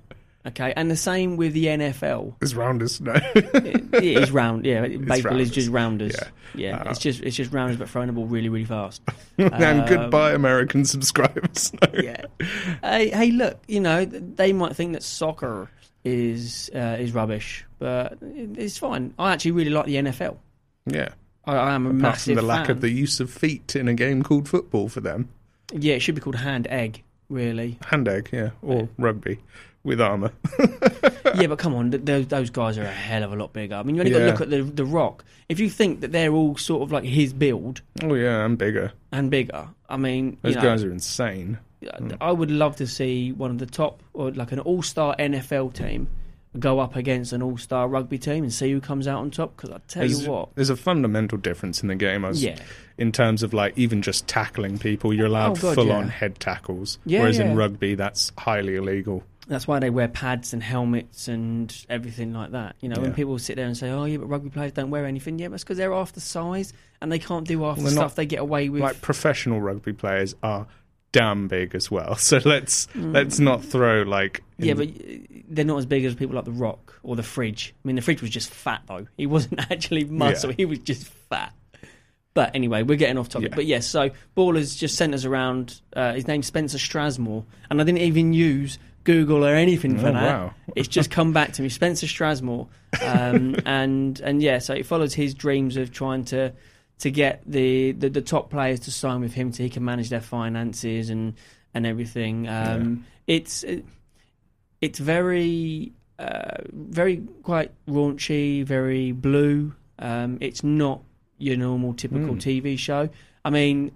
S6: okay, and the same with the NFL.
S7: It's rounders, no.
S6: it is round. Yeah, baseball is
S7: rounders.
S6: just rounders. Yeah,
S7: Uh,
S6: it's just it's just rounders, but throwing the ball really, really fast.
S7: and
S6: Um,
S7: goodbye, American subscribers.
S6: yeah. Hey, hey, look, you know, th- they might think that soccer is uh, is rubbish, but it- it's fine. I actually really like the NFL.
S7: yeah.
S6: I, I am a
S7: Apart
S6: massive
S7: from the lack
S6: fan.
S7: of the use of feet in a game called football for them.
S6: Yeah, it should be called hand egg, really.
S7: Hand egg, yeah, or rugby with armour.
S6: yeah, but come on, th- those, those guys are a hell of a lot bigger. I mean, you only got to
S7: Yeah.
S6: look at the the Rock. If you think that they're all sort of like his build
S7: Oh yeah, and bigger.
S6: and bigger, I mean,
S7: Those
S6: you know,
S7: guys are insane. Mm.
S6: Yeah, I would love to see one of the top or like an all star NFL team go up against an all star rugby team and see who comes out on top. Because I tell
S7: there's,
S6: you what,
S7: there's a fundamental difference in the game. I was,
S6: Yeah.
S7: In terms of like even just tackling people, you're allowed
S6: Oh, God,
S7: full
S6: yeah.
S7: on head tackles.
S6: Yeah,
S7: whereas
S6: yeah.
S7: in rugby, that's highly illegal.
S6: that's why they wear pads and helmets and everything like that. You know, when
S7: Yeah.
S6: people sit there and say, "Oh yeah, but rugby players don't wear anything," yeah, that's because they're half the size and they can't do half
S7: Well,
S6: the
S7: they're not-
S6: stuff they get away with.
S7: Like professional rugby players are damn big as well. So let's let's not throw like
S6: Mm. yeah,
S7: in-
S6: but uh, they're not as big as people like the Rock or the Fridge. I mean, the Fridge was just fat though; he wasn't actually muscle;
S7: Yeah.
S6: he was just fat. But anyway, we're getting off topic.
S7: Yeah.
S6: But yes, so Baller's just sent us around. Uh, his name's Spencer Strasmore, and I didn't even use Google or anything for
S7: Oh,
S6: that.
S7: wow.
S6: it's just come back to me, Spencer Strasmore, um, and and yeah, so it follows his dreams of trying to to get the, the, the top players to sign with him so he can manage their finances and and everything. Um, It's it, it's very uh, very quite raunchy, very blue. Um, it's not your normal typical
S13: Mm.
S6: TV show. I mean,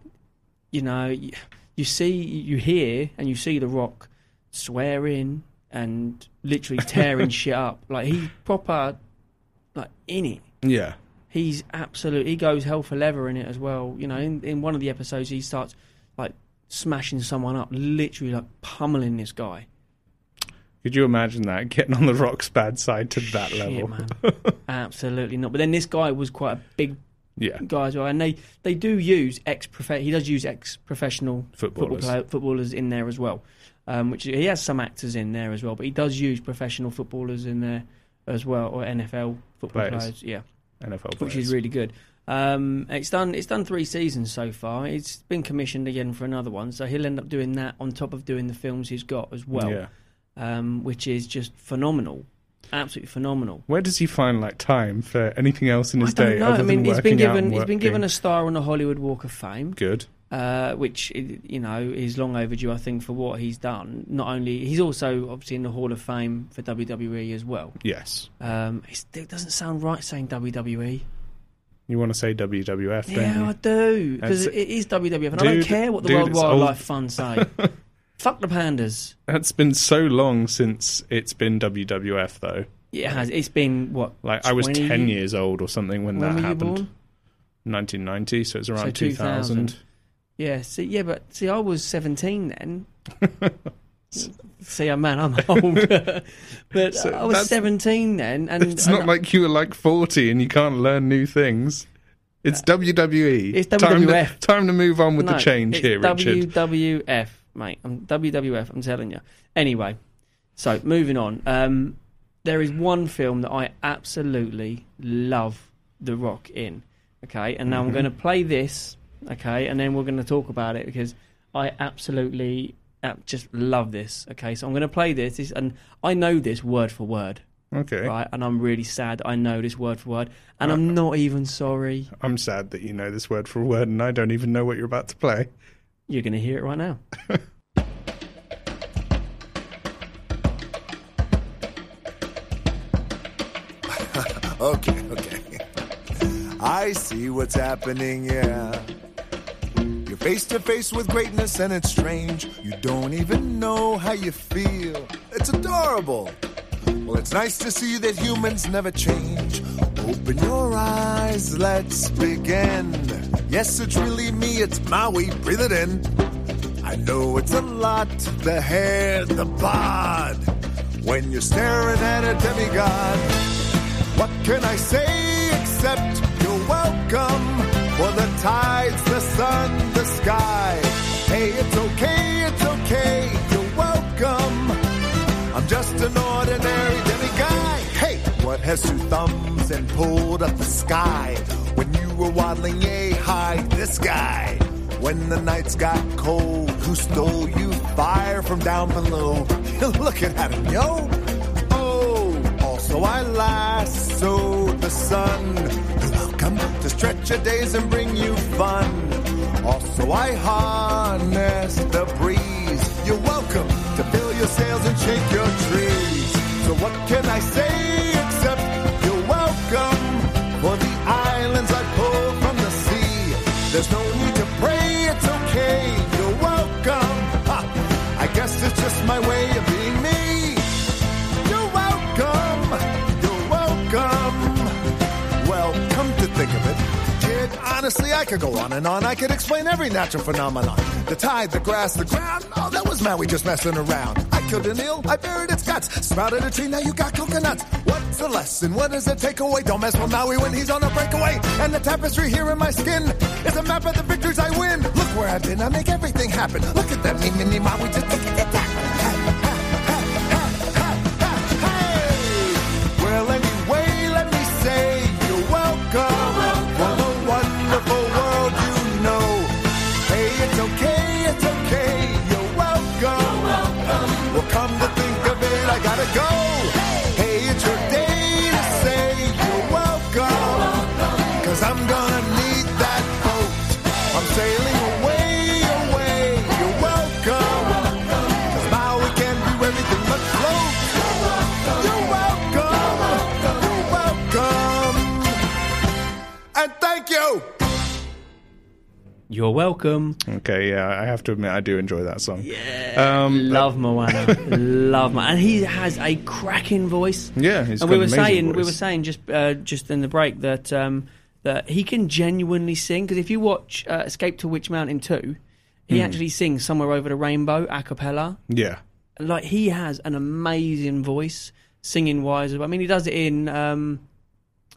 S6: you know, you, you see, you hear, and you see The Rock swearing and literally tearing shit up. Like he's proper, like in it.
S7: yeah.
S6: He's absolute. He goes hell for leather in it as well. You know, in, in one of the episodes, he starts like smashing someone up, literally like pummeling this guy.
S7: Could you imagine that getting on the Rock's bad side to that level?
S6: Shit, man. Absolutely not. But then this guy was quite a big
S7: Yeah.
S6: guy as well, and they they do use ex prof. He does use ex professional
S7: Footballers.
S6: footballers in there as well, um, which he has some actors in there as well, but he does use professional footballers in there as well, or NFL football
S7: Players.
S6: players. Yeah,
S7: NFL
S6: which
S7: players.
S6: is really good. Um, it's done. It's done three seasons so far. It's been commissioned again for another one, so he'll end up doing that on top of doing the films he's got as well,
S7: Yeah.
S6: um, which is just phenomenal, absolutely phenomenal.
S7: Where does he find like time for anything else in his
S6: I don't
S7: day
S6: know.
S7: other
S6: I mean,
S7: than
S6: he's
S7: working
S6: been
S7: out
S6: given
S7: and
S6: he's been
S7: working?
S6: given a star on the Hollywood Walk of Fame.
S7: Good.
S6: Uh, which i- you know is long overdue, I think, for what he's done. Not only he's also obviously in the Hall of Fame for WWE as well.
S7: Yes.
S6: Um, it's- it doesn't sound right saying WWE.
S7: You want to say WWF? don't
S6: yeah,
S7: you?
S6: I do because
S7: That's-
S6: it is WWF, and I don't
S7: Dude-
S6: care what the
S7: dude,
S6: World
S7: it's
S6: Wildlife
S7: old.
S6: Fund say. Fuck the pandas.
S7: That's been so long since it's been WWF though.
S6: It has. It's been what?
S7: Like I was
S6: 20
S7: ten years old or something when,
S6: When
S7: that
S6: were you
S7: happened.
S6: born?
S7: 1990, so it's around
S6: So
S7: 2000.
S6: 2000. Yeah, see, yeah, but see, I was seventeen then. see, I'm man, I'm old, but
S7: So
S6: I was
S7: that's-
S6: seventeen then, and
S7: It's not
S6: and
S7: like you were like 40 and you can't learn new things. It's WWE.
S6: it's
S7: Time to,
S6: WWF.
S7: time to move on with
S6: No,
S7: the change
S6: it's
S7: here, Richard.
S6: WWF, mate. I'm WWF. I'm telling you. Anyway, so moving on. Um, there is one film that I absolutely love The Rock in. Okay, and now I'm
S7: Mm-hmm.
S13: Mhm.
S6: going to play this. Okay, and then we're going to talk about it because I absolutely uh, just love this. Okay, so I'm going to play this, this, and I know this word for word.
S7: Okay. Uh,
S6: Right, and I'm really sad. that I know this word for word, and I'm not even sorry.
S7: I'm sad that you know this word for word and I don't even know what you're about to play.
S6: You're going to hear it right now.
S14: okay, okay. I see what's happening, yeah. You're face to face with greatness and it's strange. You don't even know how you feel. It's adorable. Well, it's nice to see that humans never change. Open your eyes, let's begin. Yes, it's really me, it's Maui, breathe it in. I I know it's a lot, the head, the bod, when you're staring at a demigod. What can I say except you're welcome for the tides, the sun, the sky? Hey, it's okay, it's okay, you're welcome. I'm just an ordinary demigod. Hey, what has two thumbs and pulled up the sky? When you were waddling yay high, this guy. When the nights got cold, who stole you fire from down below? Looking at him, yo. Oh, also I lassoed the sun. You're welcome to stretch your days and bring you fun. Also I harness the breeze. You're welcome to fill your sails and shake your trees. So what can I say except you're welcome for the islands I pull from the sea. There's no need to pray, it's okay. You're welcome. Ha, I guess it's just my way of being me. You're welcome. You're welcome. Well, come to think of it, kid, honestly, I could go on and on. I could explain every natural phenomenon. The tide, the grass, the ground. Oh, that was Maui just messing around. I killed an eel, I buried its guts, sprouted a tree, now you got coconuts. What's the lesson? What is the takeaway? Don't mess with Maui when he's on a breakaway. And the tapestry here in my skin is a map of the victories I win. Look where I've been, I make everything happen. Look at that, me, me, me, Maui just. Well, anyway, let me say you're welcome. For the wonderful world you know. Hey, it's okay, it's okay. You're welcome. Well, come to think of it, I gotta go. Hey, it's your day to say you're welcome. Cause I'm gonna need that boat. I'm sailing away, away. You're welcome. Cause Maui can do everything but float. You're welcome. You're welcome. And thank you.
S6: You're welcome.
S7: Okay, yeah, I have to admit I do enjoy that song. Um,
S6: Yeah, love Moana, love Moana, and he has a cracking voice.
S7: Yeah, he's
S6: and
S7: got
S6: we were
S7: an amazing
S6: saying we
S7: voice.
S6: were saying just uh, just in the break that um, that he can genuinely sing because if you watch uh, Escape to Witch Mountain two, he
S7: Hmm.
S6: actually sings somewhere over the rainbow a cappella.
S7: Yeah,
S6: Like he has an amazing voice, singing wise. I mean, he does it in um,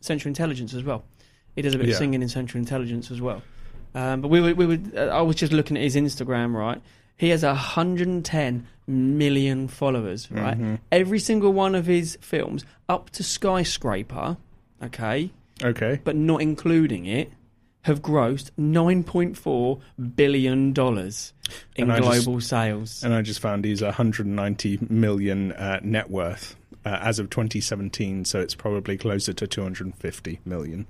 S6: Central Intelligence as well. He does a bit
S7: Yeah.
S6: of singing in Central Intelligence as well. Um, but we were, we were, uh, I was just looking at his Instagram. Right, he has 110 million followers. Right,
S7: Mhm.
S6: every single one of his films, up to Skyscraper, okay,
S7: okay,
S6: but not including it, have grossed 9.4 billion dollars in
S7: And I just-
S6: global sales.
S7: and I just found he's 190 million uh, net worth uh, as of 2017, so it's probably closer to 250 million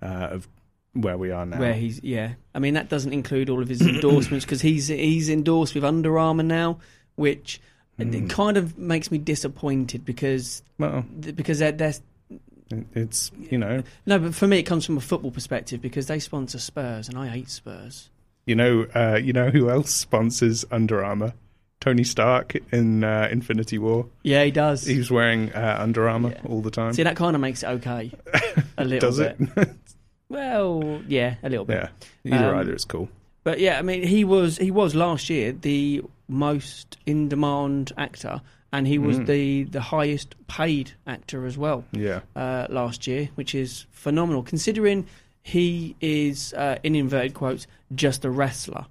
S7: uh, of where we are now.
S6: Where he's yeah, I mean that doesn't include all of his endorsements because he's he's endorsed with Under Armour now, which it
S7: Mm.
S6: kind of makes me disappointed because
S7: well
S6: because they're, they're
S7: it's you know
S6: no, but for me it comes from a football perspective because they sponsor Spurs and I hate Spurs.
S7: You know, uh, you know who else sponsors Under Armour? Tony Stark in uh, Infinity War.
S6: Yeah, he does.
S7: He was wearing uh, Under Armour all the time.
S6: See, that kind of makes it okay, a little
S7: Does
S6: bit.
S7: it?
S6: Well, yeah, a little bit.
S7: yeah, either
S6: Um,
S7: either it's cool.
S6: But yeah, I mean, he was he was last year the most in demand actor, and he was
S7: Mm.
S6: the the highest paid actor as well.
S7: Yeah.
S6: uh, last year, which is phenomenal considering he is uh, in inverted quotes just a wrestler.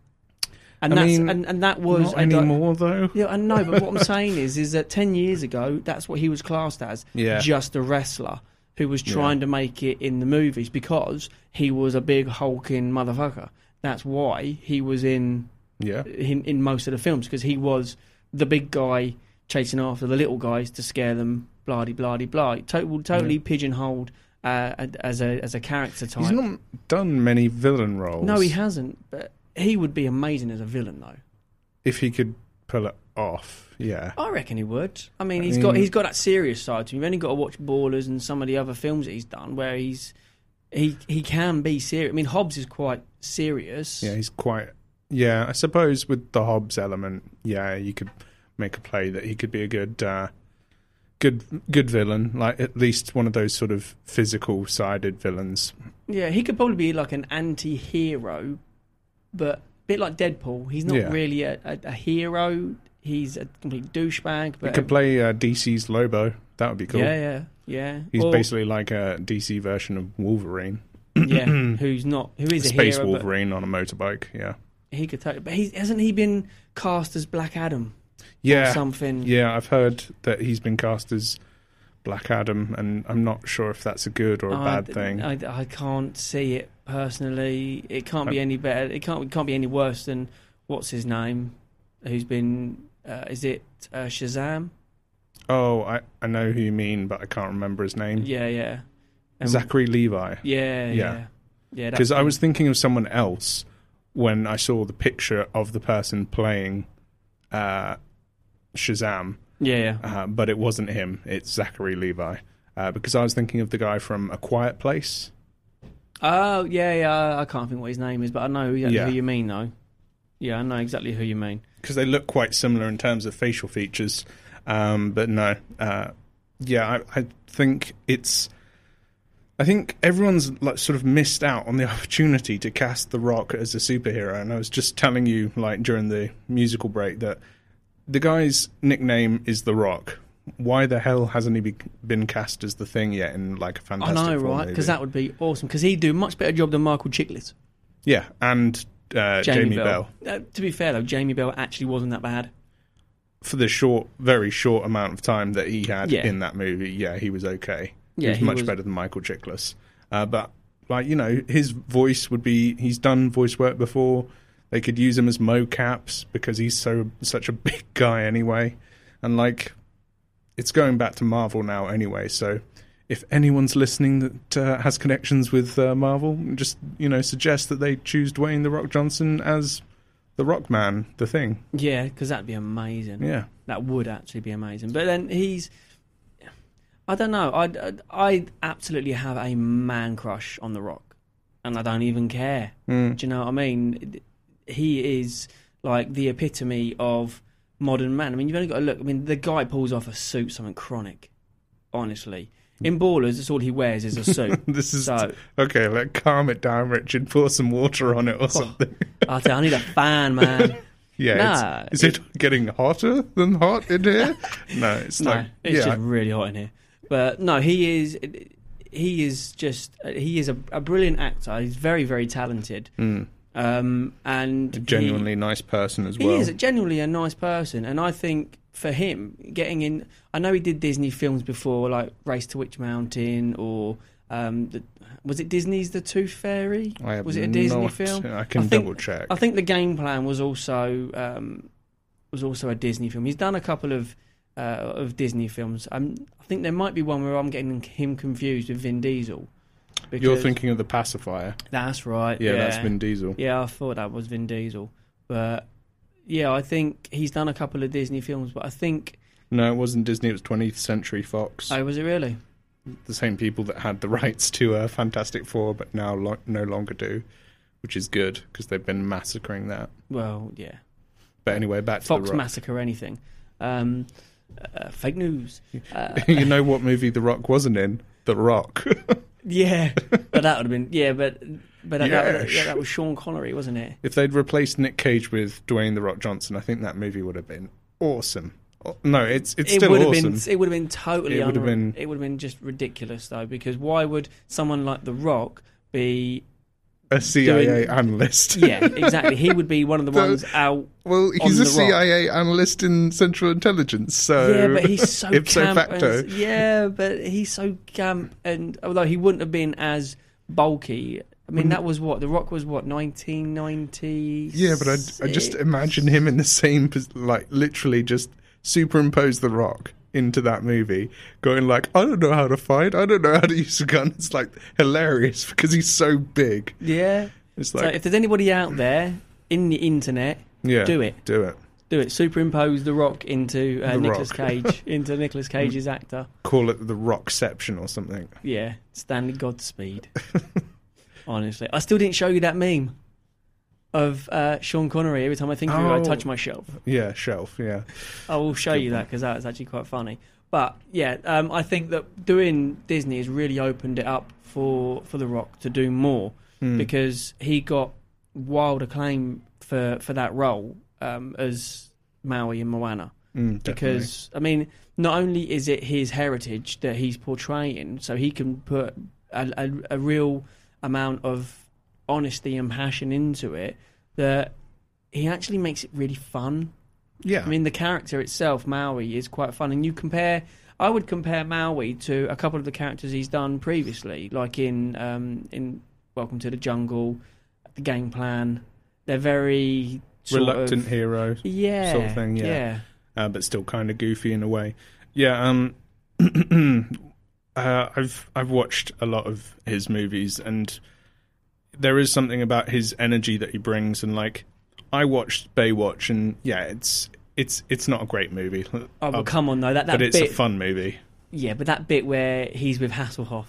S6: And
S7: I
S6: that's
S7: mean,
S6: and, and that was
S7: not
S6: a di-
S7: anymore, though.
S6: Yeah, I know, but what I'm saying is, is that ten years ago, that's what he was classed as,
S7: Yeah.
S6: just a wrestler who was
S7: Yeah.
S6: trying to make it in the movies because he was a big hulking motherfucker. That's why he was in
S7: Yeah.
S6: in, in most of the films because he was the big guy chasing after the little guys to scare them. Bloody bloody blah. Total, totally
S7: Yeah.
S6: pigeonholed uh, as a as a character type.
S7: He's not done many villain roles.
S6: no, he hasn't. But he would be amazing as a villain, though.
S7: If he could pull it off, yeah.
S6: I reckon he would. I mean,
S7: I
S6: he's got
S7: mean-
S6: he's got that serious side to him. You've only got to watch Ballers and some of the other films that he's done where he's he he can be serious. I mean, Hobbs is quite serious.
S7: Yeah, he's quite. Yeah, I suppose with the Hobbs element, yeah, you could make a play that he could be a good, uh, good, good villain. Like at least one of those sort of physical sided villains.
S6: Yeah, he could probably be like an anti-hero, but bit like Deadpool. He's not
S7: Yeah.
S6: really a, a, a hero. He's a complete douchebag.
S7: He
S6: But
S7: could play uh, DC's Lobo. That would be cool.
S6: Um, Yeah, yeah, yeah.
S7: He's
S6: Or-
S7: basically like a DC version of Wolverine.
S6: yeah, who's not who is a,
S7: space
S6: hero, but
S7: Wolverine on a motorbike? Yeah,
S6: He could take, but he hasn't he been cast as Black Adam?
S7: yeah,
S6: or something.
S7: Yeah, I've heard that he's been cast as Black Adam, and I'm not sure if that's a good or a bad
S6: I,
S7: thing.
S6: I, I can't see it personally. It can't be
S7: I-
S6: any better. It can't it can't be any worse than what's his name, who's been uh, is it uh, Shazam?
S7: oh, I I know who you mean, but I can't remember his name.
S6: Yeah, yeah. And-
S7: Zachary Levi.
S6: Yeah, yeah. Yeah, that-
S7: Because I was thinking of someone else when I saw the picture of the person playing uh, Shazam.
S6: Yeah,
S7: Uh, but it wasn't him. It's Zachary Levi. Uh, because I was thinking of the guy from A Quiet Place.
S6: Oh yeah, yeah. I can't think what his name is, but I know exactly
S7: Yeah.
S6: who you mean though. Yeah, I know exactly who you mean.
S7: Because they look quite similar in terms of facial features. Um, but no. Uh, yeah, I, I think it's. I think everyone's like sort of missed out on the opportunity to cast The Rock as a superhero, and I was just telling you like during the musical break that the guy's nickname is The Rock. Why the hell hasn't he be- been cast as the Thing yet in like a fantastic?
S6: I know,
S7: Four
S6: right?
S7: movie?
S6: Because that would be awesome. Because he'd do a much better job than Michael Chiklis.
S7: yeah, and uh, Jamie, Bell.
S6: Uh, to be fair though, Jamie Bell actually wasn't that bad.
S7: for the short, very short amount of time that he had
S6: Yeah.
S7: in that movie. Yeah, he was okay. he
S6: Yeah,
S7: was
S6: he
S7: much
S6: was-
S7: better than Michael Chiklis. Uh, but like you know, his voice would be. He's done voice work before. They could use him as mocaps because he's so such a big guy anyway. And like, it's going back to Marvel now anyway. So if anyone's listening that uh, has connections with uh, Marvel, just you know, suggest that they choose Dwayne the Rock Johnson as the Rock Man, the Thing.
S6: Yeah, because that'd be amazing.
S7: Yeah.
S6: that would actually be amazing. But then he's, I don't know. I I, I absolutely have a man crush on The Rock, and I don't even care.
S7: Mm.
S6: Do you know what I mean? He is like the epitome of modern man. I mean, you've only got to look. I mean, the guy pulls off a suit, something chronic. Honestly, in Ballers, that's all he wears is a suit.
S7: this is
S6: So-
S7: okay. Let calm it down, Richard. Pour some water on it
S6: Oh,
S7: or something.
S6: I tell you, I need a fan, man.
S7: Yeah,
S6: nah,
S7: it's, is it, getting hotter than hot in here? no, it's
S6: no,
S7: like
S6: it's
S7: yeah,
S6: just really hot in here. But no, he is he is just he is a, a brilliant actor. He's very very talented.
S7: Mm.
S6: Um, and
S7: a
S6: he-
S7: genuinely nice person as
S6: he,
S7: well.
S6: is genuinely a nice person, and I think for him getting in, I know he did Disney films before, like Race to Witch Mountain or. Um, the, was it Disney's The Tooth Fairy?
S7: I have
S6: was it a Disney
S7: not-
S6: film?
S7: I can
S6: think-
S7: double check.
S6: I think the game plan was also um, was also a Disney film. He's done a couple of uh, of Disney films. i I think there might be one where I'm getting him confused with Vin Diesel.
S7: You're
S6: because-
S7: thinking of the pacifier.
S6: that's right.
S7: Yeah, that's Vin Diesel.
S6: Yeah, I thought that was Vin Diesel. But yeah, I think he's done a couple of Disney films, but I think
S7: No, it wasn't Disney. It was 20th Century Fox.
S6: oh, was it really?
S7: the same people that had the rights to uh, Fantastic Four, but now lo- no longer do, which is good because they've been massacring that.
S6: Well, yeah.
S7: But anyway, back to
S6: Fox
S7: the Rock.
S6: Massacre or anything. Um, uh, fake news. Uh,
S7: you know what movie The Rock wasn't in? The Rock.
S6: yeah, but that would have been yeah, but but that, that,
S7: Yes.
S6: yeah, that was Sean Connery, wasn't it?
S7: If they'd replaced Nick Cage with Dwayne the Rock Johnson, I think that movie would have been awesome. Oh, No, it's it's
S6: it
S7: still
S6: would have
S7: awesome.
S6: been it would have been totally
S7: It would have
S6: unre-
S7: been-
S6: it would have been just ridiculous though because why would someone like The Rock be
S7: a CIA
S6: doing-
S7: analyst.
S6: yeah exactly he would be one of the ones out
S7: Well,
S6: on
S7: he's
S6: the
S7: a
S6: rock.
S7: CIA analyst in Central Intelligence, so
S6: yeah but he's so
S7: ipso
S6: camp
S7: facto.
S6: and, yeah but he's so camp and although he wouldn't have been as bulky I mean that was what The Rock was what 1990
S7: Yeah, but I, I just imagine him in the same, pos- like literally just superimpose the Rock into that movie, going like, I don't know how to fight, I don't know how to use a gun. It's like hilarious because he's so big.
S6: yeah
S7: It's
S6: so
S7: like,
S6: if there's anybody out there in the internet
S7: yeah,
S6: do it
S7: do it.
S6: Do it. Superimpose the Rock into uh,
S7: The
S6: Nicolas
S7: Rock.
S6: Cage into Nicolas Cage's actor.
S7: Call it the Rockception or something.
S6: Yeah, Stanley Godspeed. Honestly, I still didn't show you that meme of uh, Sean Connery. Every time I think of you, I
S7: Oh.
S6: touch my shelf.
S7: Yeah, shelf. Yeah,
S6: I will show you that because that was actually quite funny. But yeah, um, I think that doing Disney has really opened it up for for The Rock to do more
S7: Hmm.
S6: because he got wild acclaim for for that role um, as Maui in Moana.
S7: Mm,
S6: because I mean, not only is it his heritage that he's portraying, so he can put a, a, a real amount of honesty and passion into it that he actually makes it really fun.
S7: Yeah.
S6: I mean, the character itself, Maui, is quite fun. And you compare, I would compare Maui to a couple of the characters he's done previously, like in um, in Welcome to the Jungle, The Game Plan. They're very sort of-
S7: reluctant hero
S6: Yeah,
S7: sort of thing yeah,
S6: yeah.
S7: Uh, but still kind of goofy in a way yeah um uh, i've i've watched a lot of his movies and there is something about his energy that he brings and like i watched baywatch and yeah it's it's it's not a great movie
S6: Oh, well,
S7: Uh,
S6: come on, though. That- that
S7: but it's
S6: bit-
S7: a fun movie
S6: Yeah, but that bit where he's with Hasselhoff.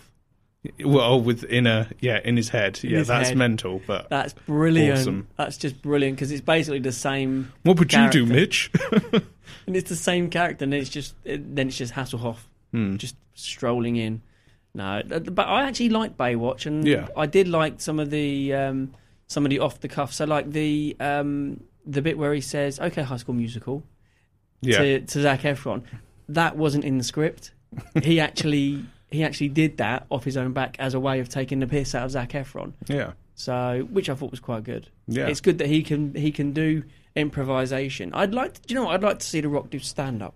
S7: well with in a yeah in his head
S6: in
S7: yeah
S6: his
S7: that's
S6: head,
S7: mental but
S6: that's brilliant.
S7: awesome.
S6: That's just brilliant because it's basically the same.
S7: what would you do
S6: character.
S7: mitch
S6: And it's the same character, and it's just it, then it's just Hasselhoff
S7: Hmm.
S6: just strolling in. No, th- but I actually like Baywatch, and
S7: Yeah.
S6: I did like some of the um, some of the off the cuff. So like the um, the bit where he says, "Okay, High School Musical,"
S7: Yeah.
S6: to, to Zac Efron. That wasn't in the script. He actually he actually did that off his own back as a way of taking the piss out of Zac Efron.
S7: Yeah.
S6: So, which I thought was quite good.
S7: Yeah.
S6: It's good that he can he can do improvisation. I'd like to, do you know what? I'd like to see The Rock do stand up.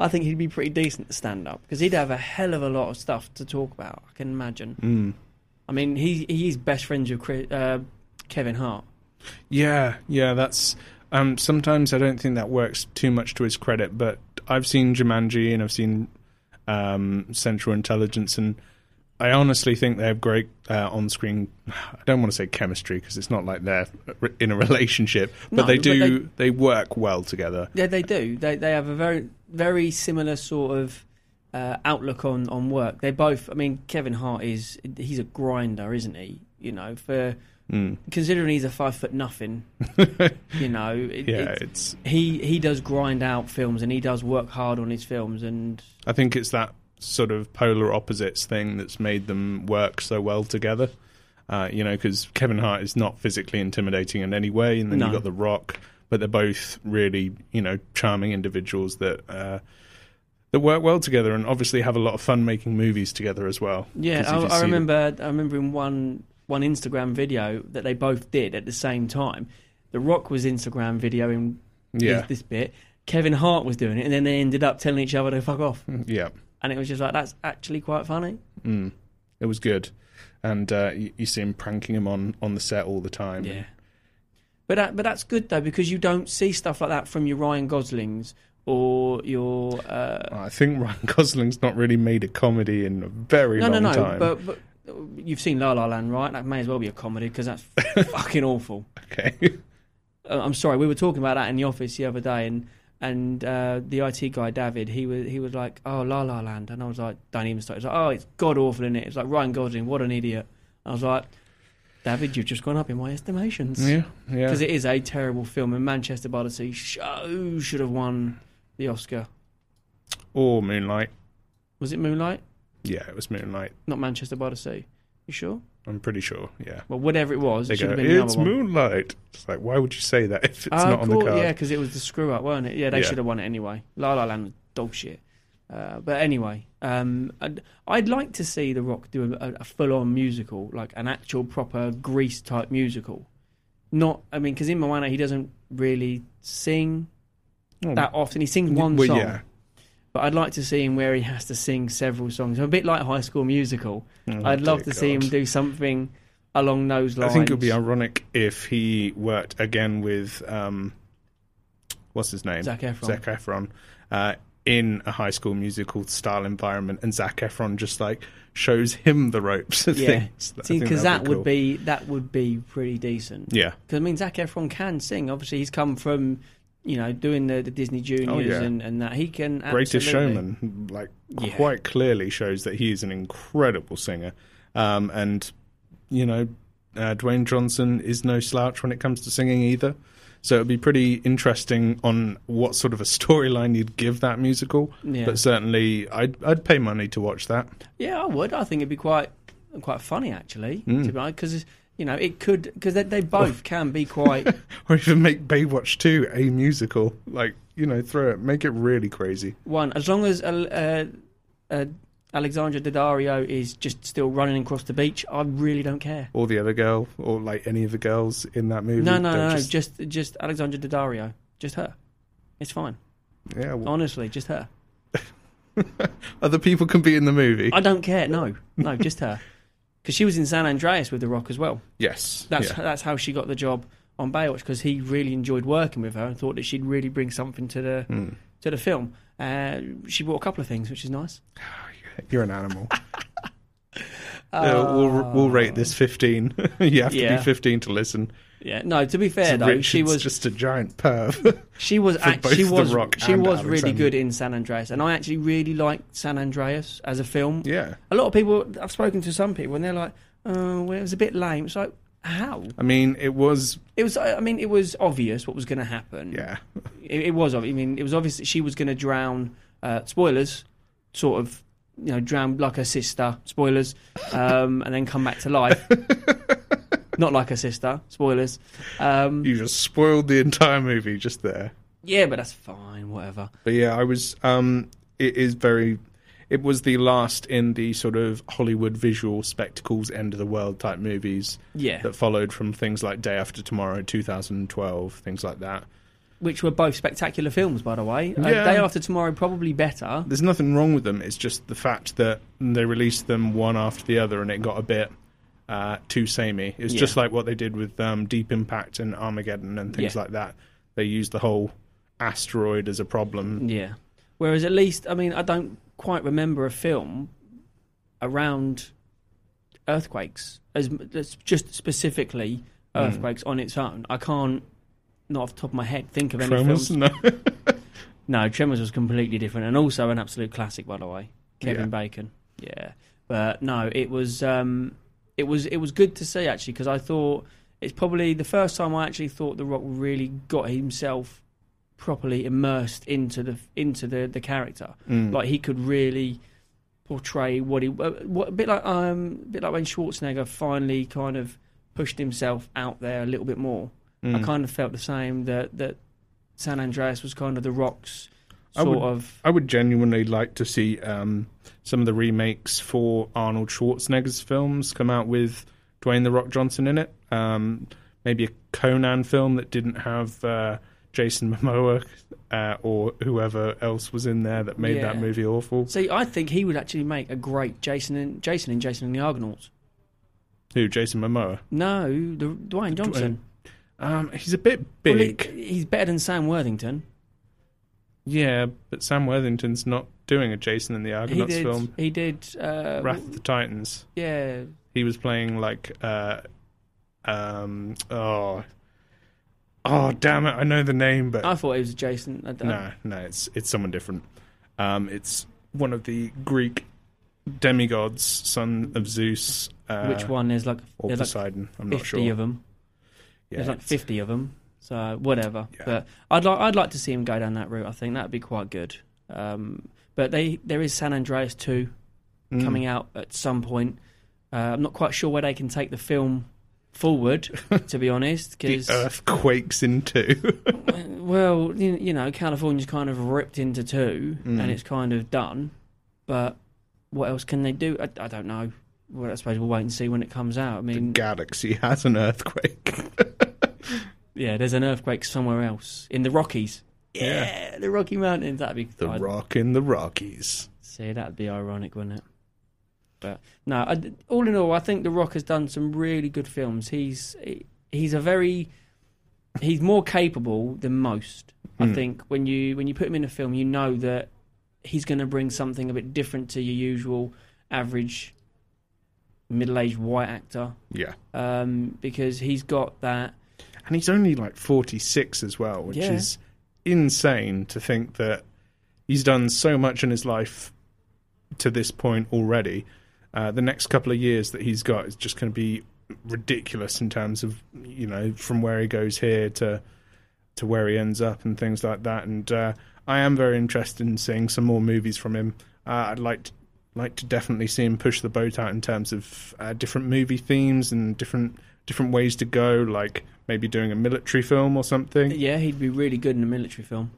S6: I think he'd be pretty decent at stand up because he'd have a hell of a lot of stuff to talk about. I can imagine.
S7: Mm.
S6: I mean, he he's best friends with Chris, uh, Kevin Hart.
S7: Yeah, yeah, that's um sometimes I don't think that works too much to his credit, but I've seen Jumanji and I've seen um Central Intelligence and I honestly think they have great uh, on-screen I don't want to say chemistry because it's not like they're in a relationship, but
S6: No,
S7: they
S6: but
S7: do they... work well together.
S6: Yeah, they do. They they have a very very similar sort of uh, outlook on, on work. They both. I mean, Kevin Hart is he's a grinder, isn't he? You know, for
S7: Mm.
S6: considering he's a five foot nothing. you know, it,
S7: Yeah,
S6: it-
S7: it's-
S6: he he does grind out films and he does work hard on his films and
S7: I think it's that sort of polar opposites thing that's made them work so well together. Uh, you know, because Kevin Hart is not physically intimidating in any way, and then
S6: No.
S7: you've got The Rock, but they're both really, you know, charming individuals that uh, that work well together and obviously have a lot of fun making movies together as well.
S6: Yeah,
S7: 'Cause if
S6: I,
S7: you
S6: I
S7: see the-
S6: remember. I remember in one one Instagram video that they both did at the same time. The Rock was Instagram videoing
S7: Yeah.
S6: this, this bit. Kevin Hart was doing it, and then they ended up telling each other to fuck off.
S7: Yeah.
S6: and it was just like that's actually quite funny.
S7: Mm. It was good, and uh, you, you see him pranking him on on the set all the time.
S6: Yeah. But that, but that's good though because you don't see stuff like that from your Ryan Goslings or your. Uh,
S7: I think Ryan Gosling's not really made a comedy in a very
S6: no,
S7: long
S6: no, no,
S7: time.
S6: But, but you've seen La La Land, right? That may as well be a comedy because that's fucking awful.
S7: Okay.
S6: Uh, I'm sorry. We were talking about that in the office the other day, and and uh, the IT guy David, he was he was like, "Oh, La La Land," and I was like, "Don't even start." He's like, "Oh, it's god awful in it." It's like Ryan Gosling, what an idiot. I was like, David, you've just gone up in my estimations.
S7: Yeah, yeah.
S6: Because it is a terrible film, and Manchester by the Sea so should have won the Oscar.
S7: Or Moonlight.
S6: Was it Moonlight?
S7: Yeah, it was Moonlight.
S6: Not Manchester by the Sea. You sure?
S7: I'm pretty sure. Yeah.
S6: Well, whatever it was,
S7: They
S6: it should
S7: go,
S6: have been the
S7: it's
S6: other one.
S7: Moonlight. It's like, why would you say that if it's
S6: Oh,
S7: not on the
S6: cool,
S7: card?
S6: Yeah, because it was the screw up, weren't it? Yeah, they
S7: Yeah.
S6: should have won it anyway. La La Land was dog shit. Uh, but anyway, um, I'd, I'd like to see The Rock do a, a full on musical, like an actual proper Grease type musical. Not, I mean, because in Moana he doesn't really sing
S7: Oh.
S6: that often. He sings one
S7: Well,
S6: song.
S7: yeah.
S6: But I'd like to see him where he has to sing several songs. A bit like High School Musical.
S7: Oh,
S6: I'd love to
S7: dear
S6: see him
S7: God.
S6: do something along those
S7: I
S6: lines.
S7: think it would be ironic if he worked again with um, what's his name?
S6: Zac Efron.
S7: Zac Efron. Uh, in a high school musical style environment, and Zac Efron just like shows him the ropes of things. I think
S6: because
S7: that'd
S6: that would
S7: cool.
S6: be that would be pretty decent.
S7: Yeah.
S6: because I mean Zac Efron can sing. Obviously, he's come from you know doing the, the Disney Juniors
S7: Oh, yeah.
S6: and, and that he can.
S7: Greatest
S6: absolutely-
S7: Showman, like
S6: Yeah.
S7: quite clearly shows that he is an incredible singer, um, and you know, uh, Dwayne Johnson is no slouch when it comes to singing either. So it'd be pretty interesting on what sort of a storyline you'd give that musical.
S6: Yeah.
S7: But certainly, I'd I'd pay money to watch that.
S6: Yeah, I would. I think it'd be quite quite funny actually,
S7: Mm. Oh.
S6: to be because You know, it could because they, they both can be quite.
S7: or even make Baywatch 2 a musical. Like, you know, throw it, make it really crazy.
S6: one as long as uh, uh, Alexandra Daddario is just still running across the beach, I really don't care.
S7: Or the other girl, or like any of the girls in that movie.
S6: no, no,
S7: they're
S6: no,
S7: just-
S6: just just, Alexandra Daddario, just her. It's fine.
S7: Yeah, well-
S6: honestly, just her.
S7: Other people can be in the movie.
S6: I don't care. No, no, just her. Because she was in San Andreas with The Rock as well.
S7: Yes,
S6: that's
S7: yeah.
S6: that's how she got the job on Baywatch because he really enjoyed working with her and thought that she'd really bring something to the
S7: Hmm.
S6: to the film. Uh, she brought a couple of things, which is nice.
S7: You're an animal. Uh, we'll, we'll rate this 15. you have to
S6: Um, Yeah.
S7: be 15 to listen.
S6: Yeah, no. To be fair
S7: So
S6: though, she
S7: Richard's
S6: was
S7: just a giant perv.
S6: she was
S7: for
S6: act- she
S7: both The
S6: was
S7: Rock
S6: she
S7: and
S6: was really
S7: Alexander.
S6: good in San Andreas, and I actually really liked San Andreas as a film.
S7: Yeah,
S6: a lot of people I've spoken to some people, and they're like, "Oh, well, it was a bit lame." It's like, how?
S7: I mean, it was
S6: It was. I I mean, it was obvious what was going to happen.
S7: Yeah,
S6: it, it was. ob- I mean, it was obvious that she was going to drown. Uh, spoilers, sort of. You know, drown like her sister. Spoilers, um, and then come back to life. Not like her sister. Spoilers. Um,
S7: you just spoiled the entire movie just there.
S6: yeah, but that's fine. Whatever.
S7: But yeah, I was. Um, it is very. It was the last in the sort of Hollywood visual spectacles, end of the world type movies.
S6: Yeah.
S7: That followed from things like Day After Tomorrow, 2012, things like that.
S6: Which were both spectacular films, by the way. Uh,
S7: Yeah.
S6: Day After Tomorrow probably better.
S7: There's nothing wrong with them. It's just the fact that they released them one after the other, and it got a bit uh, too samey. It's
S6: Yeah.
S7: just like what they did with um, Deep Impact and Armageddon and things
S6: Yeah.
S7: like that. They used the whole asteroid as a problem.
S6: Yeah. Whereas at least, I mean, I don't quite remember a film around earthquakes as that's just specifically
S7: Mm.
S6: earthquakes on its own. I can't, not off the top of my head, think of any
S7: Tremors?
S6: films.
S7: No.
S6: no, Tremors was completely different, and also an absolute classic, by the way. Kevin
S7: Yeah.
S6: Bacon. Yeah, but no, it was um, it was it was good to see actually because I thought it's probably the first time I actually thought The Rock really got himself properly immersed into the into the the character.
S7: Mm.
S6: Like he could really portray what he uh, what a bit like um a bit like when Schwarzenegger finally kind of pushed himself out there a little bit more. I
S7: Mm.
S6: kind of felt the same that that San Andreas was kind of The Rock's
S7: I
S6: sort
S7: would,
S6: of
S7: I would genuinely like to see um, some of the remakes for Arnold Schwarzenegger's films come out with Dwayne the Rock Johnson in it. Um, maybe a Conan film that didn't have uh, Jason Momoa uh, or whoever else was in there that made that
S6: Yeah.
S7: movie awful.
S6: See, I think he would actually make a great Jason and Jason in Jason and the Argonauts.
S7: Who? Jason Momoa.
S6: No, the Dwayne Johnson.
S7: Um, he's a bit
S6: Well, he-
S7: big.
S6: he's better than Sam Worthington.
S7: Yeah, but Sam Worthington's not doing a Jason in the
S6: He
S7: Argonauts
S6: did.
S7: film.
S6: He did. Uh,
S7: Wrath of the Titans.
S6: Yeah.
S7: He was playing like uh um oh oh damn it, I know the name but
S6: I thought it was Jason. I don't-
S7: no, no, it's it's someone different. Um it's one of the Greek demigods, son of Zeus. Uh,
S6: Which one? There's like
S7: or
S6: there's like
S7: Poseidon, I'm not
S6: 50
S7: sure.
S6: of them.
S7: Yeah,
S6: there's like
S7: it's-
S6: fifty of them. So whatever. But I'd like I'd like to see him go down that route. I think that'd be quite good. Um, but they there is San Andreas two
S7: Mm.
S6: coming out at some point. Uh, I'm not quite sure where they can take the film forward, to be honest.
S7: The
S6: Because
S7: earth quakes in two.
S6: well, you, you know, California's kind of ripped into two,
S7: Mm.
S6: and it's kind of done. But what else can they do? I, I don't know. Well, I suppose we'll wait and see when it comes out. I mean,
S7: Galaxy has an earthquake.
S6: yeah, there's an earthquake somewhere else in the Rockies. Yeah, the Rocky Mountains. That'd be
S7: The
S6: I'd-
S7: Rock in the Rockies.
S6: See, that'd be ironic, wouldn't it? But no, I, all in all, I think The Rock has done some really good films. He's he- he's a very he's more capable than most. I
S13: Hmm.
S6: think when you when you put him in a film, you know that he's going to bring something a bit different to your usual average middle-aged white actor.
S7: Yeah.
S6: Um, because he's got that
S7: and he's only like 46 as well which
S6: Yeah.
S7: is insane to think that he's done so much in his life to this point already uh, the next couple of years that he's got is just going to be ridiculous in terms of you know from where he goes here to to where he ends up and things like that and uh, i am very interested in seeing some more movies from him uh, i'd like to, like to definitely see him push the boat out in terms of uh, different movie themes and different different ways to go, like maybe doing a military film or something.
S6: Yeah, he'd be really good in a military film.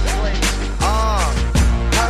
S14: place. Uh, how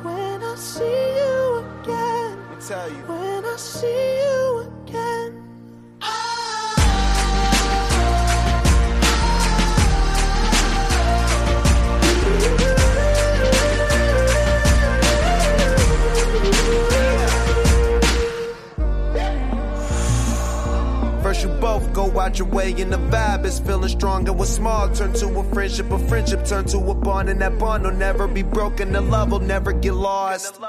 S15: when I see you again. When I see you again.
S14: First, you both go out your way, and the vibe is feeling strong. And what's small turn to a friendship, a friendship turn to a bond, and that bond will never be broken. The love will never get lost.